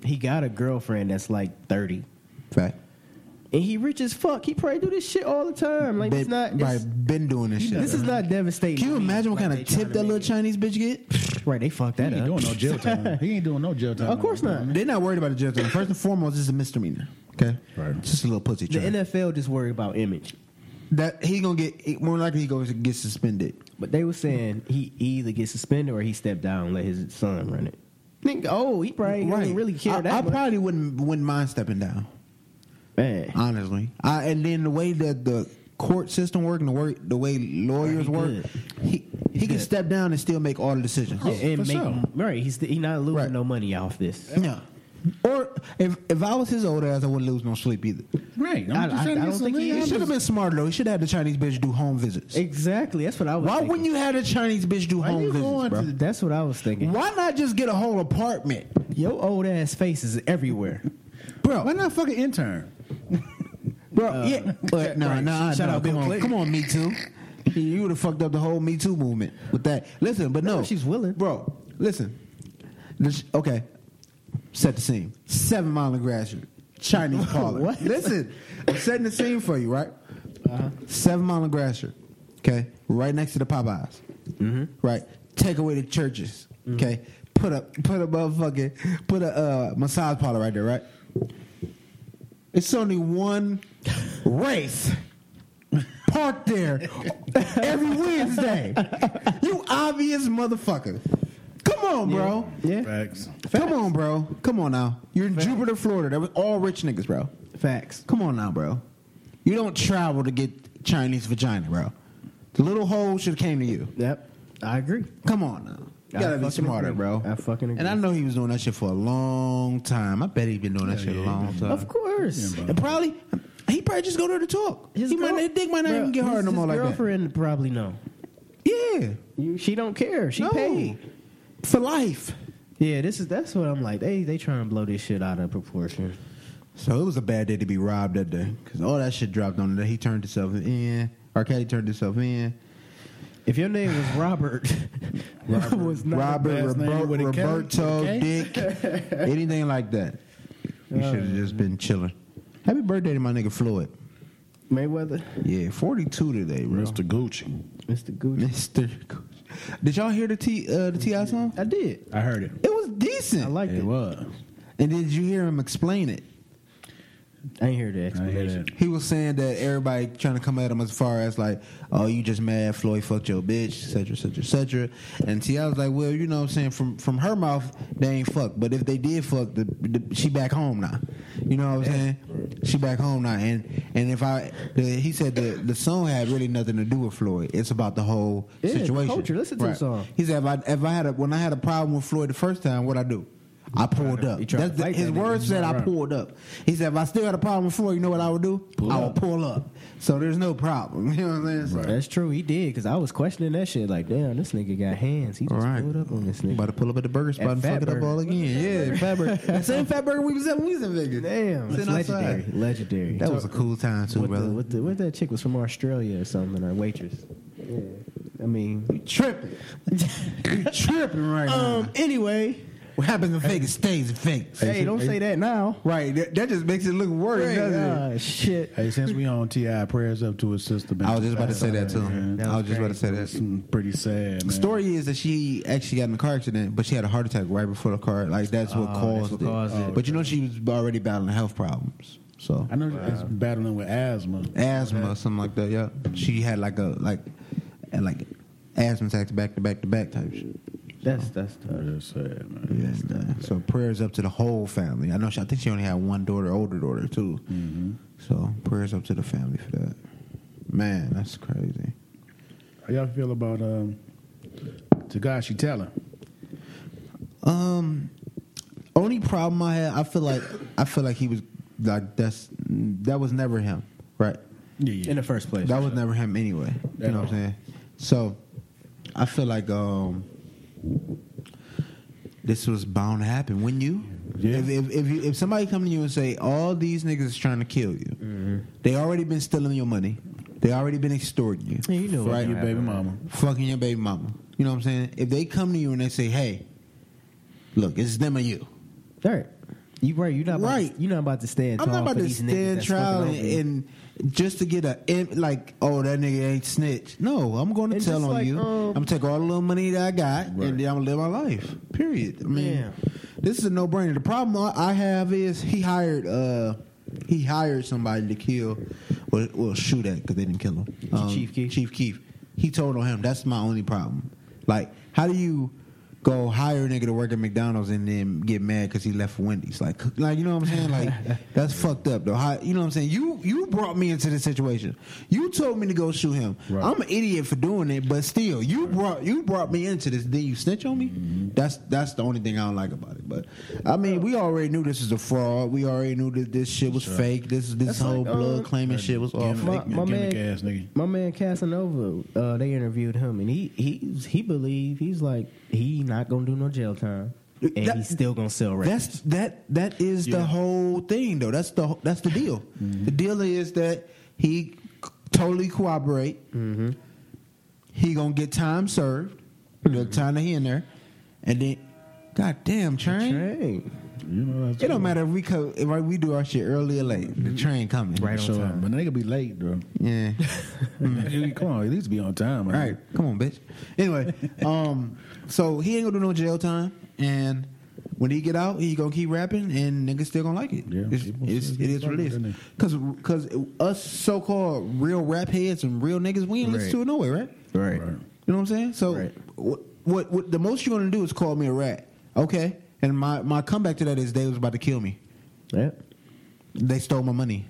C: He got a girlfriend that's like thirty,
B: Fact.
C: and he rich as fuck. He probably do this shit all the time. Like it's
B: Been-
C: not.
B: right,
C: it's-
B: been doing this shit.
C: this is not devastating.
B: Can you
C: to me,
B: imagine what
C: like
B: kind
C: they
B: of tip
C: tryna
B: that little
C: make it.
B: Chinese bitch get?
C: Right, they fucked
A: He
C: that
A: ain't
C: up.
A: doing no jail time. he ain't doing no jail time.
C: Of course not.
B: They're not worried about the jail time. First and foremost, this is a misdemeanor. Okay,
A: Right.
B: It's Just a little pussy
C: The
B: trick.
C: NFL just worried about image.
B: that he gonna get he- more likely he gonna get suspended.
C: But they were saying he either get suspended or he stepped down and let his son run it. Think, oh, he probably didn't really care
B: I,
C: that
B: I
C: much.
B: probably wouldn't wouldn't mind stepping down.
C: Man,
B: Honestly, I, and then the way that the court system work and the work the way lawyers
C: He
B: work,
C: good.
B: he he can
C: good.
B: step down and still make all the decisions.
C: Yeah, and
A: for
C: make,
A: sure.
C: Oh, right, he's he not losing
B: Right.
C: no money off this.
B: Yeah. Or if if I was his old ass, I wouldn't lose no sleep either.
A: Right. I'm
C: I- I- I
A: just trying to
C: don't
A: get some
C: think he
B: He
A: lead.
B: should have been smarter though. He should have had the Chinese bitch do home visits.
C: Exactly, that's what I was.
B: Why
C: thinking.
B: wouldn't you have the Chinese bitch do
A: Why
B: home
A: you
B: visits,
A: going
B: bro?
A: to the-
C: That's what I was thinking.
B: Why not just get a whole apartment,
C: Your old ass face is everywhere.
B: bro?
A: Why not fucking intern?
B: Bro, yeah, Uh, but no,
C: right.
B: no,
C: Shout
B: no,
C: out
B: come
C: Bill
B: on,
C: Clinton.
B: come on, Me Too. You would have fucked up the whole Me Too movement with that. Listen, but no,
C: if she's willing.
B: bro. Listen, this, okay, set the scene. Seven Mile and Graduate, Chinese caller.
C: What? Uh-huh.
B: Listen, I'm setting the scene for you, right? Seven Mile and Graduate, okay, right next to the Popeyes, mm-hmm. right? Take away the churches,
C: Mm-hmm.
B: okay. Put a put a motherfucking put a uh, massage parlor right there, right? It's only one race parked there every Wednesday. You obvious motherfucker. Come on, bro.
C: Yeah,
A: Facts.
B: Come on, bro. Come on now. You're in Jupiter, Florida. That was all rich niggas, bro.
C: facts.
B: Come on now, bro. You don't travel to get Chinese vagina, bro. The little hole should have came to you.
C: Yep, I agree.
B: Come on now. You
C: I
B: gotta be
C: fucking
B: smarter,
C: agree.
B: bro.
C: I fucking agree.
B: And I know he was doing that shit for a long time. I bet he been doing that shit a long time.
C: Of course,
A: Yeah, bro.
B: And probably he probably just go there to talk. he might,
C: girl-
B: his dick might not
C: bro,
B: even get
C: his-
B: hard no
C: his
B: more like that.
C: Girlfriend probably know.
B: Yeah,
C: You, she don't care. She
B: no,
C: paid.
B: for life.
C: Yeah, this is that's what I'm like. They they trying to blow this shit out of proportion.
B: So it was a bad day to be robbed that day because all that shit dropped on him. He turned himself in. R. Kelly turned himself in.
C: If your name was Robert, Robert was not
B: Robert
A: last name
B: Robert-
A: with a K?
B: Roberto
A: With a K?
B: Dick, anything like that. You should have just been chilling. Happy birthday to my nigga Floyd.
C: Mayweather.
B: Yeah, forty two today, bro.
A: Mr. Gucci.
C: Mr. Gucci.
B: Mister. Did y'all hear the T uh, the Ti song?
C: I did.
A: I heard it.
B: It was decent.
C: I liked it.
A: It was.
B: And did you hear him explain it?
C: I ain't hear the
A: I heard
C: explanation.
A: it.
B: He was saying that everybody trying to come at him as far as like, oh, you just mad Floyd fucked your bitch, etc., etc., etc. And T.I. was like, well, you know what I'm saying? From from her mouth, they ain't fucked. But if they did fuck, the, the, she back home now. You know what I'm saying? She back home now. And and if I, the, he said the, the song had really nothing to do with Floyd. It's about the whole
C: Yeah, the
B: situation.
C: culture. Listen to the song.
B: He said, if I, if I had a, when I had a problem with Floyd the first time, what I do? I pulled up.
C: he tried to
B: That's the-
C: fight
B: his
C: that nigga.
B: words said I
A: Right.
B: pulled up. He said, if I still had a problem with Floyd, you know what I would do? I would
A: up.
B: pull up. So there's no problem. You know what I'm saying? So-
C: That's true. He did because I was questioning that shit. Like, damn, this nigga got hands. He just pulled up on this nigga.
B: About to pull up at the burger spot
C: At
B: and
C: Fat
B: fuck it up
C: Burger.
B: all again. Yeah, Fat Burger. That same Fat Burger we was at when we was in Vegas.
C: Damn, it's
B: Sitting outside.
C: legendary. Legendary.
B: That was a cool time too,
C: What the,
B: brother.
C: what the, what that chick was from Australia or something? Our waitress. Yeah. I mean,
B: tripping. you tripping right
A: Um,
B: now.
C: Anyway,
B: What happens in Vegas stays in Vegas.
C: hey, don't say that now.
B: Right. That, that just makes it look worse,
C: Great
B: doesn't it?
C: God, shit.
A: Hey, since we on Ti, prayers up to his sister.
B: I was just about to say that too.
A: Yeah.
B: I was just about to say that.
A: That's mm, pretty sad. Man.
B: The story is that she actually got in a car accident, but she had a heart attack right before the car. Like that's what
C: Oh,
B: caused
C: that's what
B: it.
C: caused it.
B: But you know she was already battling health problems, so
A: I know it's battling with asthma.
B: asthma or something like that. Yeah, she had like a like and like asthma attacks back to back to back type shit.
C: That's that's tough.
A: That's sad, man.
B: Yeah, so prayers up to the whole family. I know. She, I think she only had one daughter, older daughter too. So prayers up to the family for that. Man, that's crazy.
A: How y'all feel about um, Tagashi Teller?
B: Um, only problem I had, I feel like, I feel like he was like that's that was never him, right?
A: Yeah,
C: In the first place.
B: That was never him anyway. You know what I'm saying? So I feel like um this was bound to happen. When you
A: Yeah.
B: if if if, you, if somebody come to you and say all these niggas is trying to kill you, they already been stealing your money. They already been extorting you.
C: Yeah, you know
B: right?
C: what
A: your baby mama.
B: Fucking your baby mama. You know what I'm saying? If they come to you and they say, "Hey, look, it's them or you,"
C: Dirt. You right. You not about
B: Right.
C: To, you not about to stand.
B: I'm
C: trial
B: not about
C: for
B: to
C: these niggas
B: stand
C: that's
B: trial
C: fucking
B: and,
C: over you.
B: and just to get a imp- like, oh that nigga ain't snitch. No, I'm going to
C: And
B: tell
C: just
B: on
C: like,
B: you.
C: um,
B: I'm gonna take all the little money that I got
A: Right.
B: and then I'm gonna live my life. Period. I mean,
C: Yeah.
B: this is a no brainer. The problem I I have is he hired uh he hired somebody to kill or, or shoot at because they didn't kill him. Um,
C: Chief Keef?
B: Chief Keef. He told on him. That's my only problem. Like, how do you? Go hire a nigga to work at McDonald's and then get mad because he left for Wendy's. Like, like you know what I'm saying? Like, that's fucked up though. How, you know what I'm saying? You you brought me into this situation. You told me to go shoot him.
A: Right.
B: I'm an idiot for doing it, but still, you brought you brought me into this. Then you snitch on me.
C: Mm-hmm.
B: That's that's the only thing I don't like about it. But I mean, we already knew this is a fraud. We already knew that this shit was fake. This
C: That's
B: this whole
C: like, uh,
B: blood claiming shit was all
A: Gimmick,
B: fake.
C: My- my
A: gimmick
C: man-
A: ass nigga.
C: My man Casanova, uh, they interviewed him, and he he he believed he's like he not gonna do no jail time, and
B: That-
C: he's still gonna sell records.
B: That's that that is the
A: Yeah.
B: whole thing though. That's the that's the deal. The deal is that he c- totally cooperate. He gonna get time served, the time that he in there, and then, goddamn train.
C: Train.
A: You know that's
B: It don't matter if we co- if we do our shit early or late. The train coming.
C: Right on
A: So,
C: time. Mm.
A: but nigga be late, bro.
B: Yeah.
A: Come on, at least be on time.
B: All right, come on, bitch. Anyway, um, so he ain't gonna do no jail time, and when he get out, he gonna keep rapping, and niggas still gonna like it.
A: Yeah,
B: it's,
A: people
B: it's,
A: still
B: it is
A: keep
B: what it
A: fucking
B: is.
A: with
B: Cause, cause us so called real rap heads and real niggas, we ain't listen
C: Right.
B: to it no way, right?
C: Right.
A: Right.
B: You know what I'm saying? So,
C: Right.
B: what, what what the most you're gonna do is call me a rat, okay? And my my comeback to that is they was about to kill me.
C: Yep.
B: They stole my money.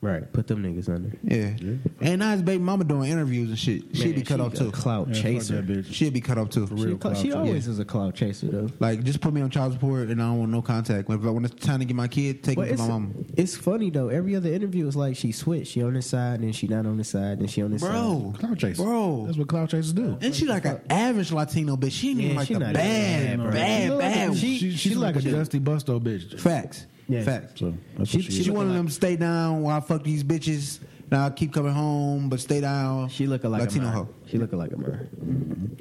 C: Right. Put them niggas under.
B: Yeah.
A: Yeah.
B: And now his baby mama doing interviews and shit. She'd
C: Man,
B: be cut
C: she
B: off
C: a
B: too.
C: Clout
A: Yeah, fuck
C: chaser.
A: that bitch.
B: She'd be cut off too.
A: real.
C: She, cl- she
A: clout
C: always is a clout chaser though.
B: Like, just put me on child support, and I don't want no contact. When, when it's time to get my kid, take
C: But
B: me to
C: it's,
B: my mama.
C: it's funny though. Every other interview is like she switched. She on this side, then she not on this side, then she on this
B: Bro,
A: Cloud chaser.
B: bro.
A: That's what cloud chasers do.
B: and she like an average Latino bitch. She ain't
C: Yeah,
B: even like
C: she
B: the
C: not
B: bad,
C: even bad, bro. She
B: bad,
C: look
B: bad.
C: like
B: one.
C: she-
A: she's like a
C: like a-
A: dusty busto bitch.
B: Facts,
C: Yeah.
B: facts.
A: So that's
C: She-
A: what she,
B: She,
A: is.
C: looking
B: one of
C: like-
B: them stay down while I fuck these bitches. Now I keep coming home, but stay down.
C: side. She looking like
B: Latino
C: a
B: hoe.
C: hoe. She looking like a man.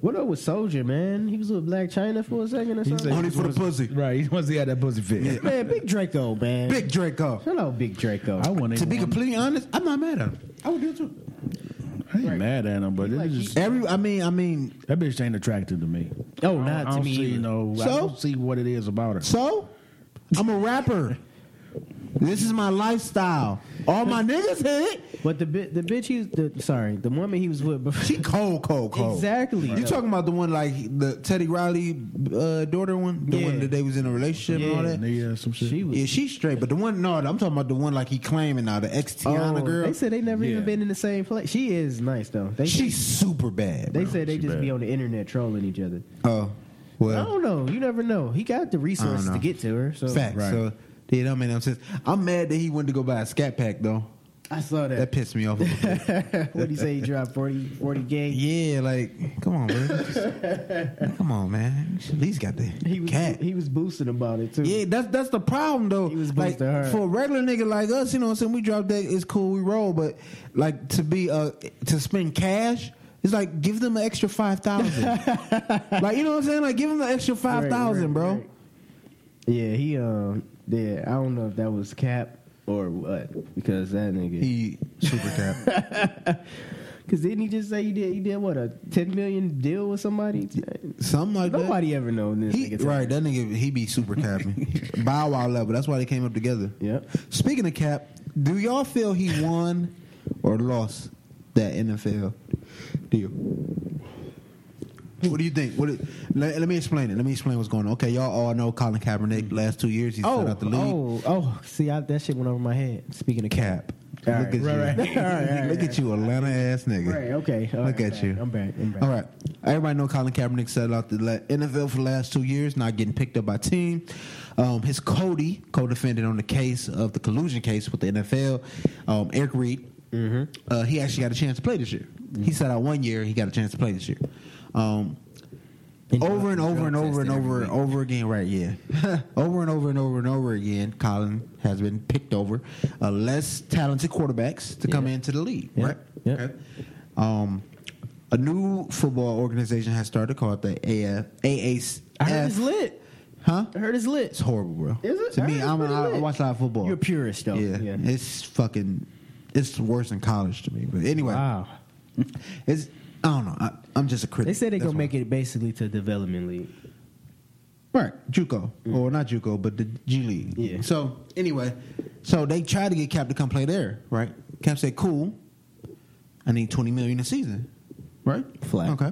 C: What up with Soldier man? He was with Black China for a second or
A: He
C: something.
A: said
B: Only
A: he
B: for the
A: was-
B: pussy.
A: Right. He wants to have that pussy fit.
C: Man, Big Draco, man.
B: Big Draco.
C: Hello, Big Draco.
A: I wouldn't
B: To
A: even
B: be
A: want-
B: completely honest, I'm not mad at him. I would do it too.
A: I ain't mad at him, but it
C: Like,
A: is
C: he-
A: just,
B: Every, I mean, I mean,
A: that bitch ain't attractive to me.
C: oh,
A: I don't-
C: not
A: I
C: to
A: don't
C: me.
A: See,
C: either.
A: no, I
B: So?
A: don't see what it is about her.
B: so I'm a rapper. this is my lifestyle. All my niggas hit.
C: But the bi- the bitch he's the sorry the woman he was with before.
B: She cold, cold, cold.
C: Exactly.
B: You talking about the one like the Teddy Riley uh, daughter one, the
C: Yeah.
B: one that they was in a relationship and all
C: Yeah.
B: that.
A: Nigga, some shit.
C: She was.
B: Yeah, she's straight, but the one no, I'm talking about the one like he claiming now, the ex Tiana
C: Oh,
B: girl.
C: They said they never
A: Yeah.
C: even been in the same place. She is nice though. They
B: she's super bad.
C: they
B: bro.
C: said they
A: she
C: just
A: bad.
C: be on the internet trolling each other.
B: oh
C: I
B: well,
C: don't know. You never know. He got the resources
B: know.
C: to get to her. So
B: facts.
A: Right.
B: So yeah, that made no sense. I'm mad that he went to go buy a scat pack though.
C: I saw
B: That
C: that.
B: pissed me off. A little bit.
C: what do you say? He dropped 40, 40 gay.
B: yeah, like come on, bro. Just- come on, man. She at least got the
C: He was
B: cat.
C: he was boosting about it too.
B: Yeah, that's that's the problem though.
C: He was
B: like
C: boosted hard.
B: for a regular nigga like us, you know what I'm saying? We drop that, it's cool, we roll. But like to be uh to spend cash, it's like give them an extra five thousand. like you know what I'm saying? Like give them an extra five
C: right,
B: thousand, bro.
C: right. Yeah, he um yeah, I don't know if that was cap or what because that nigga
B: He super cap.
C: Cause didn't he just say he did he did what a ten million deal with somebody?
B: Something like that.
C: Nobody ever knows this.
B: He,
C: nigga.
B: right, that nigga he be super capping. Bow wow level. That's why they came up together.
C: Yep.
B: Speaking of cap, do y'all feel he won or lost that NFL deal? What do you think? What it, let, let me explain it. Let me explain what's going on. Okay, y'all all know Colin Kaepernick. Last two years, he's set
C: Oh,
B: out the league.
C: oh, oh! See, I, that shit went over my head. Speaking of
B: Cap.
C: All
B: look
C: right,
B: at
A: right,
C: All right,
A: right.
B: you.
C: all right,
B: look
C: all
B: at you, Atlanta ass nigga.
C: Right, okay. All
B: Look
C: right,
B: at
C: I'm
B: you.
C: back, I'm back. I'm back.
B: All right. Everybody know Colin Kaepernick settled out the la- NFL for the last two years, not getting picked up by team. Um, his Cody co-defendant on the case of the collusion case with the NFL, um, Eric Reed.
C: Mm-hmm.
B: Uh, he actually got a chance to play this year. He sat out one year. He got a chance to play this year. Um,
C: And
B: over
C: drug-
B: and over
C: drug
B: and over
C: tested
B: and
C: every
B: over and
C: week.
B: over again, right? Yeah, over and over and over and over again. Colin has been picked over uh, less talented quarterbacks to come
C: Yeah.
B: into the league,
C: Yeah.
B: right?
C: Yeah.
B: Okay. Um, a new football organization has started called the AF, AAC.
C: I heard it's lit.
B: Huh?
C: I heard it's
B: It's
C: lit.
B: horrible, bro.
C: Is it?
B: To
C: I
B: me,
C: heard it's
B: I'm an,
C: pretty
B: I, I
C: lit.
B: watch a lot of football.
C: You're a purist, though.
B: Yeah.
C: Yeah.
B: it's fucking. It's worse than college to me. But anyway,
C: Wow.
B: it's I don't know. I, I'm just a critic.
C: They said they're
B: That's
C: gonna
B: why.
C: make it basically to development league.
B: Right, JUCO or not JUCO, but the G League.
C: Mm. Yeah.
B: So anyway, so they tried to get Cap to come play there. Right. Cap said, "Cool, I need twenty million a season." Right.
C: Flat.
B: Okay.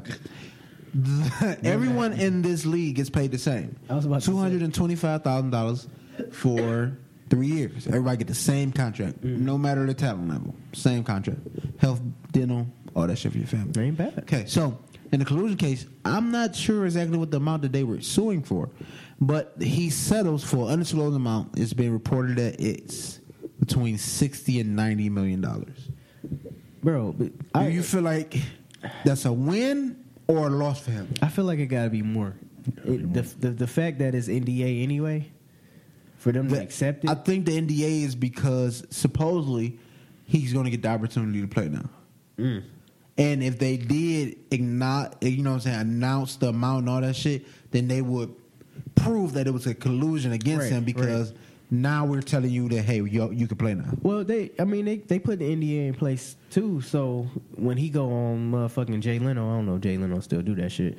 B: Everyone in this league gets paid the same.
C: I was about to say.
B: two hundred and twenty-five thousand dollars for three years. Everybody get the same contract,
C: Mm-hmm.
B: no matter the talent level. Same contract, health, dental, all that shit for your family.
C: Ain't bad.
B: Okay, so in the collusion case, I'm not sure exactly what the amount that they were suing for, but he settles for an undisclosed amount. It's been reported that it's between sixty and ninety million dollars.
C: Bro, but
B: Do
C: I,
B: you feel like that's a win or a loss for him?
C: I feel like it gotta be more. It, the, the the fact that it's NDA anyway, for them to
B: The-
C: accept it.
B: I think the NDA is because supposedly he's going to get the opportunity to play now.
C: Mm.
B: And if they did igno- you know what I'm saying, announce the amount and all that shit, then they would prove that it was a collusion against
C: Right,
B: him because now we're telling you that hey, you you can play now.
C: Well, they, I mean, they, they put the NDA in place too. So when he go on motherfucking Jay Leno, I don't know if Jay Leno still do that shit.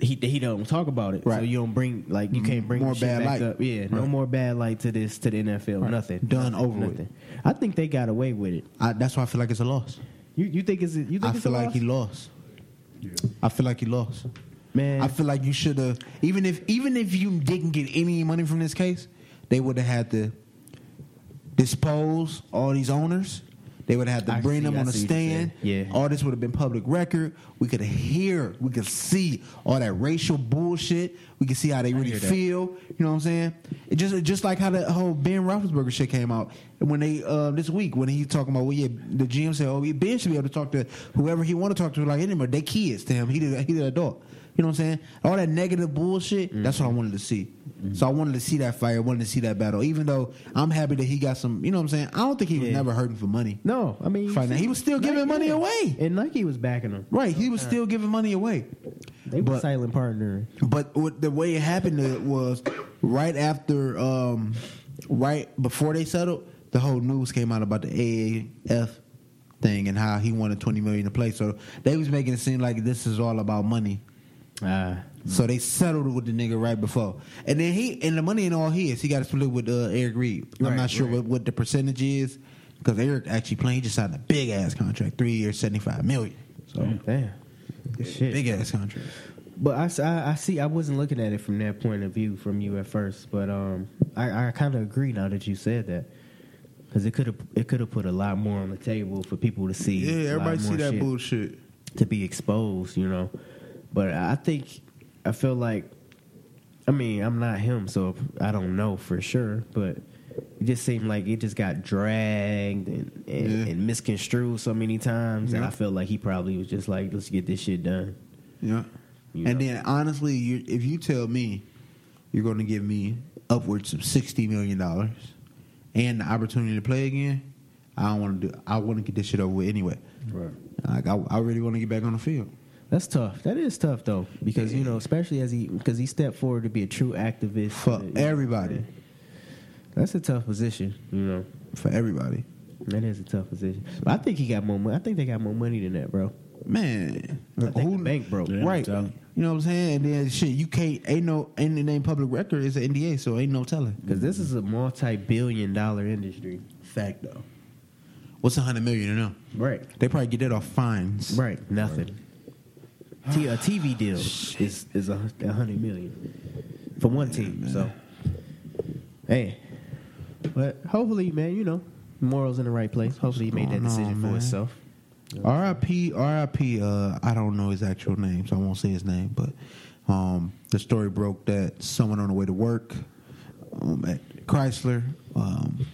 C: He he don't talk about it, so
B: Right.
C: you don't bring like you can't bring
B: More
C: the shit
B: bad
C: back
B: light.
C: Up. Yeah, no
B: Right.
C: more bad light to this to the NFL.
B: Right.
C: Nothing
B: Done,
C: Nothing,
B: over with.
C: nothing. I think they got away with it.
B: I, that's why I feel like it's a loss.
C: You you think is it? You think
B: I
C: it's
B: feel
C: a
B: like
C: loss?
B: he lost. I feel like he lost.
C: man.
B: I feel like you should have even if even if you didn't get any money from this case, they would have had to dispose all these owners. They would have had
C: I
B: to bring
C: see-
B: them
C: I
B: on a
C: see what you're saying.
B: stand.
C: Yeah.
B: All this would have been public record. We could hear, we could see all that racial bullshit. We could see how they really
C: hear that.
B: feel. You know what I'm saying? It just just like how the whole Ben Roethlisberger shit came out when they uh, this week when he talking about well yeah the GM said oh yeah, Ben should be able to talk to whoever he want to talk to like anymore they kids to him he the, he the adult. You know what I'm saying? All that negative bullshit. That's what I wanted to see. So I wanted to see that fight. I wanted to see that battle. Even though I'm happy that he got some. You know what I'm saying? I don't think he was
C: Yeah.
B: never hurting for money.
C: no, I mean you
B: Finan-
C: see-
B: he was still giving money
C: yeah.
B: away.
C: and Nike was backing them.
B: Right, he was still giving money away.
C: They were
B: But-
C: silent partner.
B: But what, the way it happened to- was right after, um, right before they settled, the whole news came out about the AAF thing and how he wanted twenty million to play. So they was making it seem like this is all about money.
C: Ah,
B: So they settled with the nigga right before, and then he and the money and all his. He got to split with uh, Eric Reed. I'm
C: Right,
B: not sure
C: right.
B: what, what the percentage is because Eric actually playing. He just signed a big ass contract, three years, seventy five million. So
C: damn. Shit.
B: big ass contract.
C: But I s- I, I see. I wasn't looking at it from that point of view from you at first, but um, I, I kind of agree now that you said that because it could have it could have put a lot more on the table for people to see. a lot more shit
B: bullshit.
C: to be exposed, you know. But I think I feel like, I mean, I'm not him, so I don't know for sure. But it just seemed like it just got dragged and and,
B: Yeah.
C: and misconstrued so many times, and
B: Yeah.
C: I felt like he probably was just like, let's get this shit done.
B: Yeah.
C: You
B: and
C: know.
B: then honestly, you, if you tell me you're going to give me upwards of sixty million dollars and the opportunity to play again, I don't want to do. I want to get this shit over with anyway.
A: Right.
B: Like I, I really want to get back on the field.
C: That's tough. That is tough though, because you know, especially as he because he stepped forward to be a true activist
B: For everybody.
C: That's a tough position, you know.
B: For everybody,
C: That is a tough position. But I think he got more money. I think they got more money than that, bro.
B: man.
C: I think the bank broke.
A: Yeah,
B: right.
A: tell 'em.
B: You know what I'm saying? And then shit, you can't ain't no ain't it ain't public record. It's an NDA, so ain't no telling.
C: Because this is a multi-billion dollar industry.
B: Fact though. What's a hundred million to know?
C: Right.
B: They probably get that off fines.
C: Right. Nothing. T- a TV deal is is a, a hundred million for one team. so, hey, but hopefully, man, you know, morals in the right place. Hopefully, he made that
B: going
C: decision
B: on,
C: for
B: man?
C: himself.
B: R.I.P. R.I.P. Uh, I don't know his actual name, so I won't say his name. But um, the story broke that someone on the way to work um, at Chrysler. Um,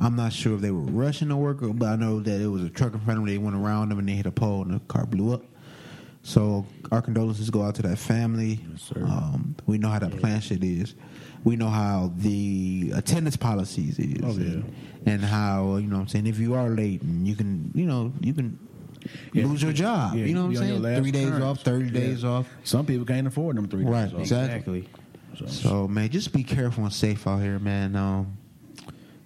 B: I'm not sure if they were rushing to work, but I know that it was a truck in front of them. They went around them and they hit a pole, and the car blew up. So our condolences go out to that family. um, we know how that plan shit is. We know how the attendance policies is,
A: Oh, yeah.
B: and how you know what I'm saying if you are late and you can you know you can
A: Yeah.
B: lose your job.
A: Yeah,
B: you know what
A: be on your
B: I'm saying?
A: last
B: Three days
A: terms.
B: off, thirty days off.
A: Some people can't afford them three
B: Right,
A: days off.
B: exactly.
A: So-
B: So man, just be careful and safe out here, man. Um,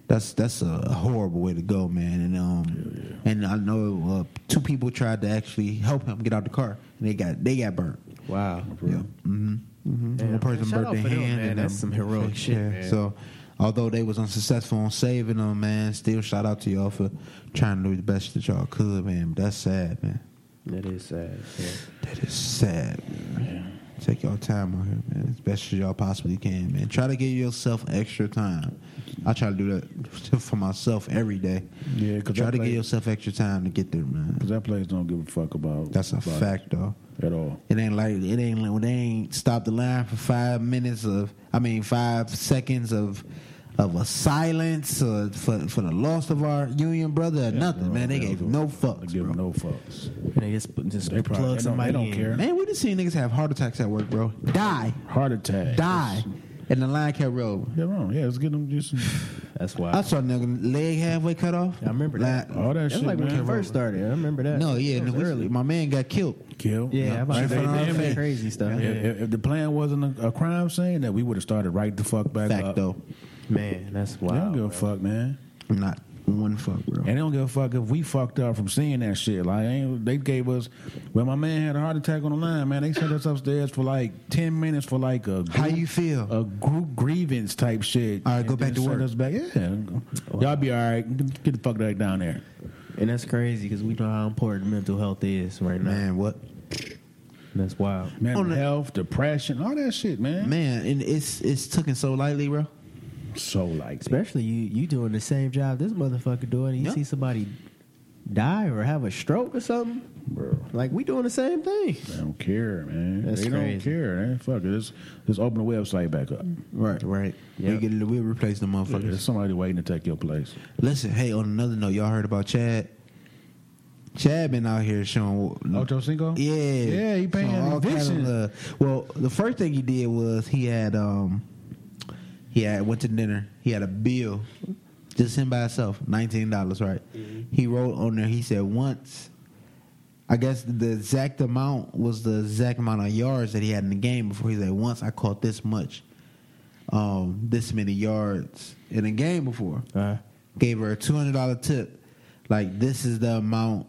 B: that's that's a horrible way to go, man. And um, and I know uh, two people tried to actually help him get out the car, and they got they got burnt.
C: Wow,
B: Yeah. Mm-hmm.
C: Damn,
B: One person
C: man. Shout
B: burnt
C: out
B: their
C: for them,
B: hand,
C: man.
B: and
C: That's
B: um,
C: some heroic shit, man.
B: So, although they was unsuccessful on saving them, man, still shout out to y'all for trying to do the best that y'all could, man. That's sad, man.
C: that is sad. Yeah.
B: That is sad. Man. Take your time out here, man. As best as y'all possibly can, man. Try to give yourself extra time. I try to do that for myself every day.
A: Yeah, 'cause
B: try
A: I
B: to give
A: play-
B: yourself extra time to get there, man.
A: Because that place don't give a fuck about.
B: That's a
A: about
B: fact, though.
A: At all.
B: It ain't like it ain't like when they ain't stopped the line for five minutes of I mean five seconds of of a silence uh, for for the loss of our union brother or nothing,
A: No,
B: man. They gave
A: don't-
B: no
A: They
B: fucks,
A: give
B: bro.
A: no fucks.
C: They just just
A: They probably-
C: plug
A: they don't- they
C: somebody.
A: don't
C: in.
A: care.
B: Man, we just seen niggas have heart attacks at work, bro. Die,
A: Heart attack.
B: die, and the line kept rolling.
A: Yeah, wrong. Yeah, let's get them just
C: That's why.
B: I saw a nigga leg halfway cut off.
C: I remember that.
B: Like-
A: all that
C: That's
A: shit.
C: like when
A: man.
C: it first started. I remember that.
B: no, yeah,
C: That was
B: nigga,
C: early.
B: my man got killed.
A: Kill.
C: Yeah, I'm about to
A: They-
C: say,
A: they-
C: damn,
A: they-
C: crazy stuff.
A: If, if- if the plan wasn't a, a crime scene, that we would have started right the fuck back up.
B: Fact though,
C: Man, that's
A: They don't
C: wild.
A: give a
C: bro.
A: fuck, man.
B: not one fuck, bro.
A: And they don't give a fuck if we fucked up from seeing that shit. Like ain't- they gave us when my man had a heart attack on the line, man. They sent us upstairs for like ten minutes for like a
B: How
A: group-
B: you feel?
C: Uh,
A: a group grievance type shit.
B: All right, go
A: And
B: back
A: then
B: to
A: sent
B: work.
A: Us back. Yeah, y'all be all right. Get the fuck back down there.
C: And that's crazy because we know how important mental health is right now.
B: man, what?
C: That's wild.
A: Mental
B: On the-
A: health, depression, all that shit, man.
B: Man, and it's it's taken so lightly, bro.
A: So like, that.
C: Especially you, you doing the same job this motherfucker doing. And you
B: Yeah.
C: see somebody die or have a stroke or something.
A: bro,
C: Like we doing the same thing.
A: they don't care, man.
C: That's
A: they don't
C: crazy.
A: care. Man. Fuck it. Let's, let's open the website back up.
B: Right, right.
C: Yeah.
B: We get we replace the motherfuckers.
A: There's somebody waiting to take your place.
B: Listen, hey, on another note, y'all heard about Chad? Chad been out here showing.
A: Ocho Cinco.
B: Mm. yeah,
A: Oh, yeah, he paying
B: showing all kind of
A: eviction.
B: love. Well, the first thing he did was he had um, he had went to dinner. He had a bill, just him by himself, nineteen dollars. Right. He wrote on there. He said once. I guess the exact amount was the exact amount of yards that he had in the game before. He said once I caught this much, um, this many yards in a game before
C: Uh,
B: gave her a two hundred dollar tip. Like this is the amount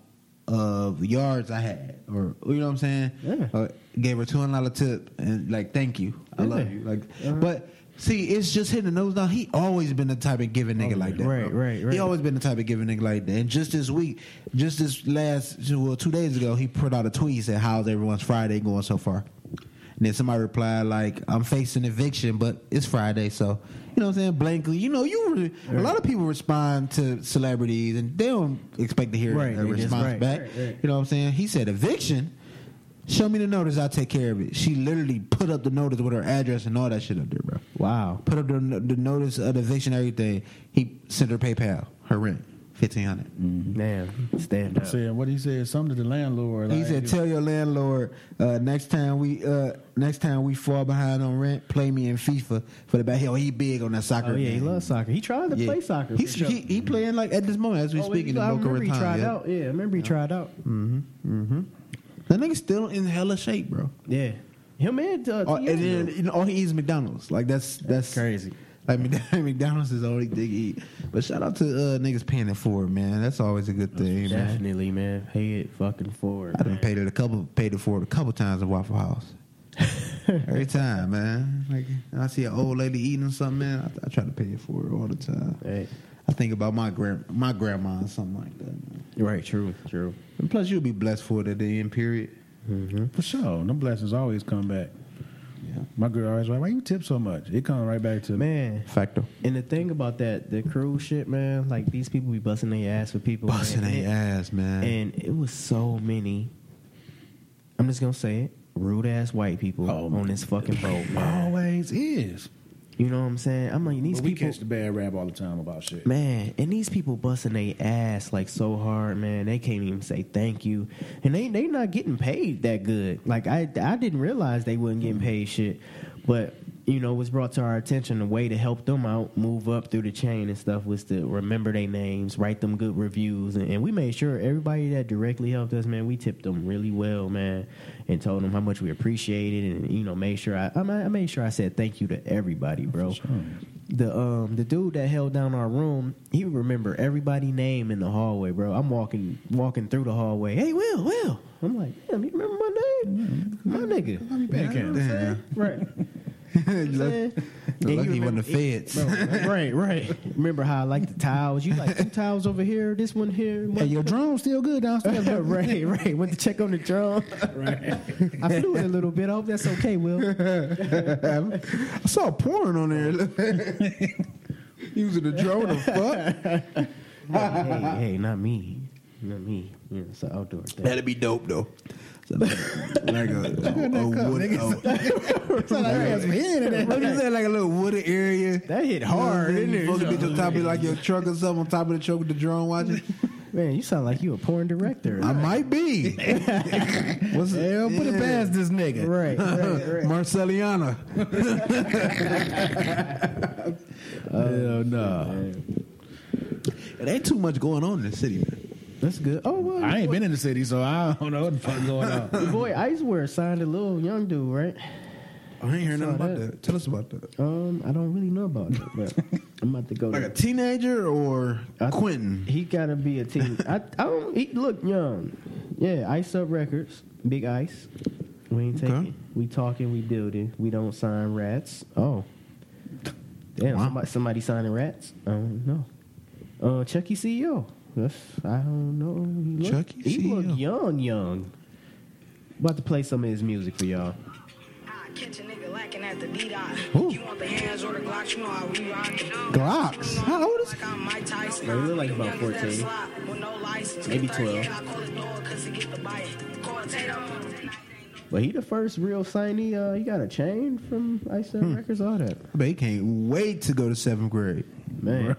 B: of yards I had, or you know what I'm saying?
C: Yeah.
B: Uh, gave her two hundred dollar tip and like thank you, I love
C: Yeah.
B: you. Like,
C: Uh-huh.
B: but see, it's just hitting the nose down. He always been the type of giving nigga like that.
C: Right,
B: bro.
C: right, right.
B: He always been the type of giving nigga like that. And just this week, just this last well two days ago, he put out a tweet. He said, "How's everyone's Friday going so far?" And then somebody replied like, "I'm facing eviction, but it's Friday, so." You know what I'm saying? Blankly, you know, you re- a lot of people respond to celebrities and they don't expect to hear
C: Right,
B: a
C: they just-
B: response
C: right,
B: back.
C: right, right.
B: You know what I'm saying? He said eviction. Show me the notice, I'll take care of it. She literally put up the notice with her address and all that shit up there, bro.
C: wow.
B: Put up the, the notice of the eviction, everything. He sent her PayPal, her rent, fifteen hundred.
C: Man, stand up.
A: Said what he said. Something to the landlord.
B: He
A: like,
B: said, "Tell your landlord uh, next time we uh, next time we fall behind on rent, play me in FIFA for the back. Hell, he big on that soccer.
C: Oh yeah, he
B: game.
C: loves soccer. He tried to
B: Yeah.
C: play soccer.
B: He's,
C: for sure.
B: he, he playing like at this moment as we
C: Oh,
B: speaking
C: he-
B: in
C: I
B: Boca
C: remember he
B: Raton,
C: tried
B: yeah.
C: out. Yeah, I remember he tried out.
B: That nigga still in hella shape, bro.
C: Yeah, him and uh,
B: Oh,
C: T.O.
B: and then you know, all he eats is McDonald's. Like that's that's,
C: crazy.
B: Like Mc- McDonald's is the only thing he eat. But shout out to uh, niggas paying it forward, man. That's always a good thing, man.
C: Definitely, man. Pay it fucking forward.
B: I done
C: man.
B: paid it a couple paid it forward a couple times at Waffle House. Every time, man. Like and I see an old lady eating something, man. I, I try to pay it forward all the time.
C: Hey,
B: I think about my grand my grandma or something like that. Man.
C: right, true, true.
B: And plus, you'll be blessed for it at the end period.
A: For sure. Them blessings always come back. My girl always like, why you tip so much? It comes right back to me.
C: Man,
B: Factor.
C: and the thing about that, the cruise ship, man, like these people be busting their ass for people. man.
B: Busting
C: And-
B: their ass, man.
C: And it was so many, I'm just going to say it, rude ass white people
A: Oh,
C: on this fucking boat, man.
A: Always is.
C: You know what I'm saying? I'm like, these
A: But we
C: people.
A: catch the bad rap all the time about shit.
C: Man, and these people busting their ass like so hard, man. They can't even say thank you, and they they not getting paid that good. Like I I didn't realize they wasn't getting paid shit, but you know it was brought to our attention the way to help them out, move up through the chain and stuff was to remember their names, write them good reviews, and, and we made sure everybody that directly helped us, man, we tipped them really well, man, and told them how much we appreciated, and you know made sure I I, ma- I made sure I said thank you to everybody, bro the um the dude that held down our room, he would remember everybody name in the hallway, bro. I'm walking walking through the hallway. Hey, Will, Will. I'm like, damn, you remember my name, my nigga,
A: Big cap.
C: right? You know what I'm saying? Then
B: Lucky he
C: remember-
B: wasn't the feds.
C: Bro, right, right. Remember how I like the towels? You like two towels over here, this one here.
A: Hey, your drone's still good downstairs. bro.
C: right, right. Went to check on the drum. Right. I flew it a little bit. I hope that's okay, Will.
B: I saw porn on there. Using the drone to fuck.
C: hey, hey, not me, not me. Yeah, it's an outdoor thing.
B: That'd be dope though. like a, a, a wood, a, like a little wooded area.
C: That hit hard,
B: You
C: didn't it?
B: supposed to be on top of like your truck or something, on top of the truck with the drone watching.
C: Man, you sound like you a porn director.
B: I might be. What's
A: Hell, put it past this nigga.
C: right, right, right.
B: Marcelliana.
A: Hell no.
B: It ain't too much going on in the city, man.
C: That's good. Oh well,
A: I ain't been in the city, so I don't know what the fuck going on.
C: your boy Icewear signed a little young dude, right?
B: I ain't hearing nothing
C: Saw
B: about
C: that.
B: that. Tell us about that.
C: Um, I don't really know about it, but I'm about to go.
B: Like a
C: There.
B: teenager or
C: I-
B: Quentin?
C: He gotta be a teen. I, I don't. He look young. Yeah, Ice Up Records, Big Ice. We ain't taking.
B: Okay.
C: We talking. We building. We don't sign rats. Oh, damn!
B: Wow.
C: Somebody, somebody signing rats. I don't know. Uh, Chucky CEO. That's I don't know. He look,
B: Chucky E
C: he
B: CEO.
C: look young, young. About to play some of his music for y'all.
E: I catch a nigga lacking at the D-dot.
B: Ooh.
E: You want the hands or the Glocks, you know how we rock.
B: Glocks? How old is-
E: Like I'm Mike Tyson.
C: They look like about 14.
E: With no license.
C: Maybe
E: 30,
C: 12.
E: and I call it Noah 'cause he get the bite. Call it Tatum.
C: But he the first real signee. Uh, he got a chain from Ice
B: Hmm.
C: Up Records. All that
B: I bet he can't wait to go to seventh grade.
C: man.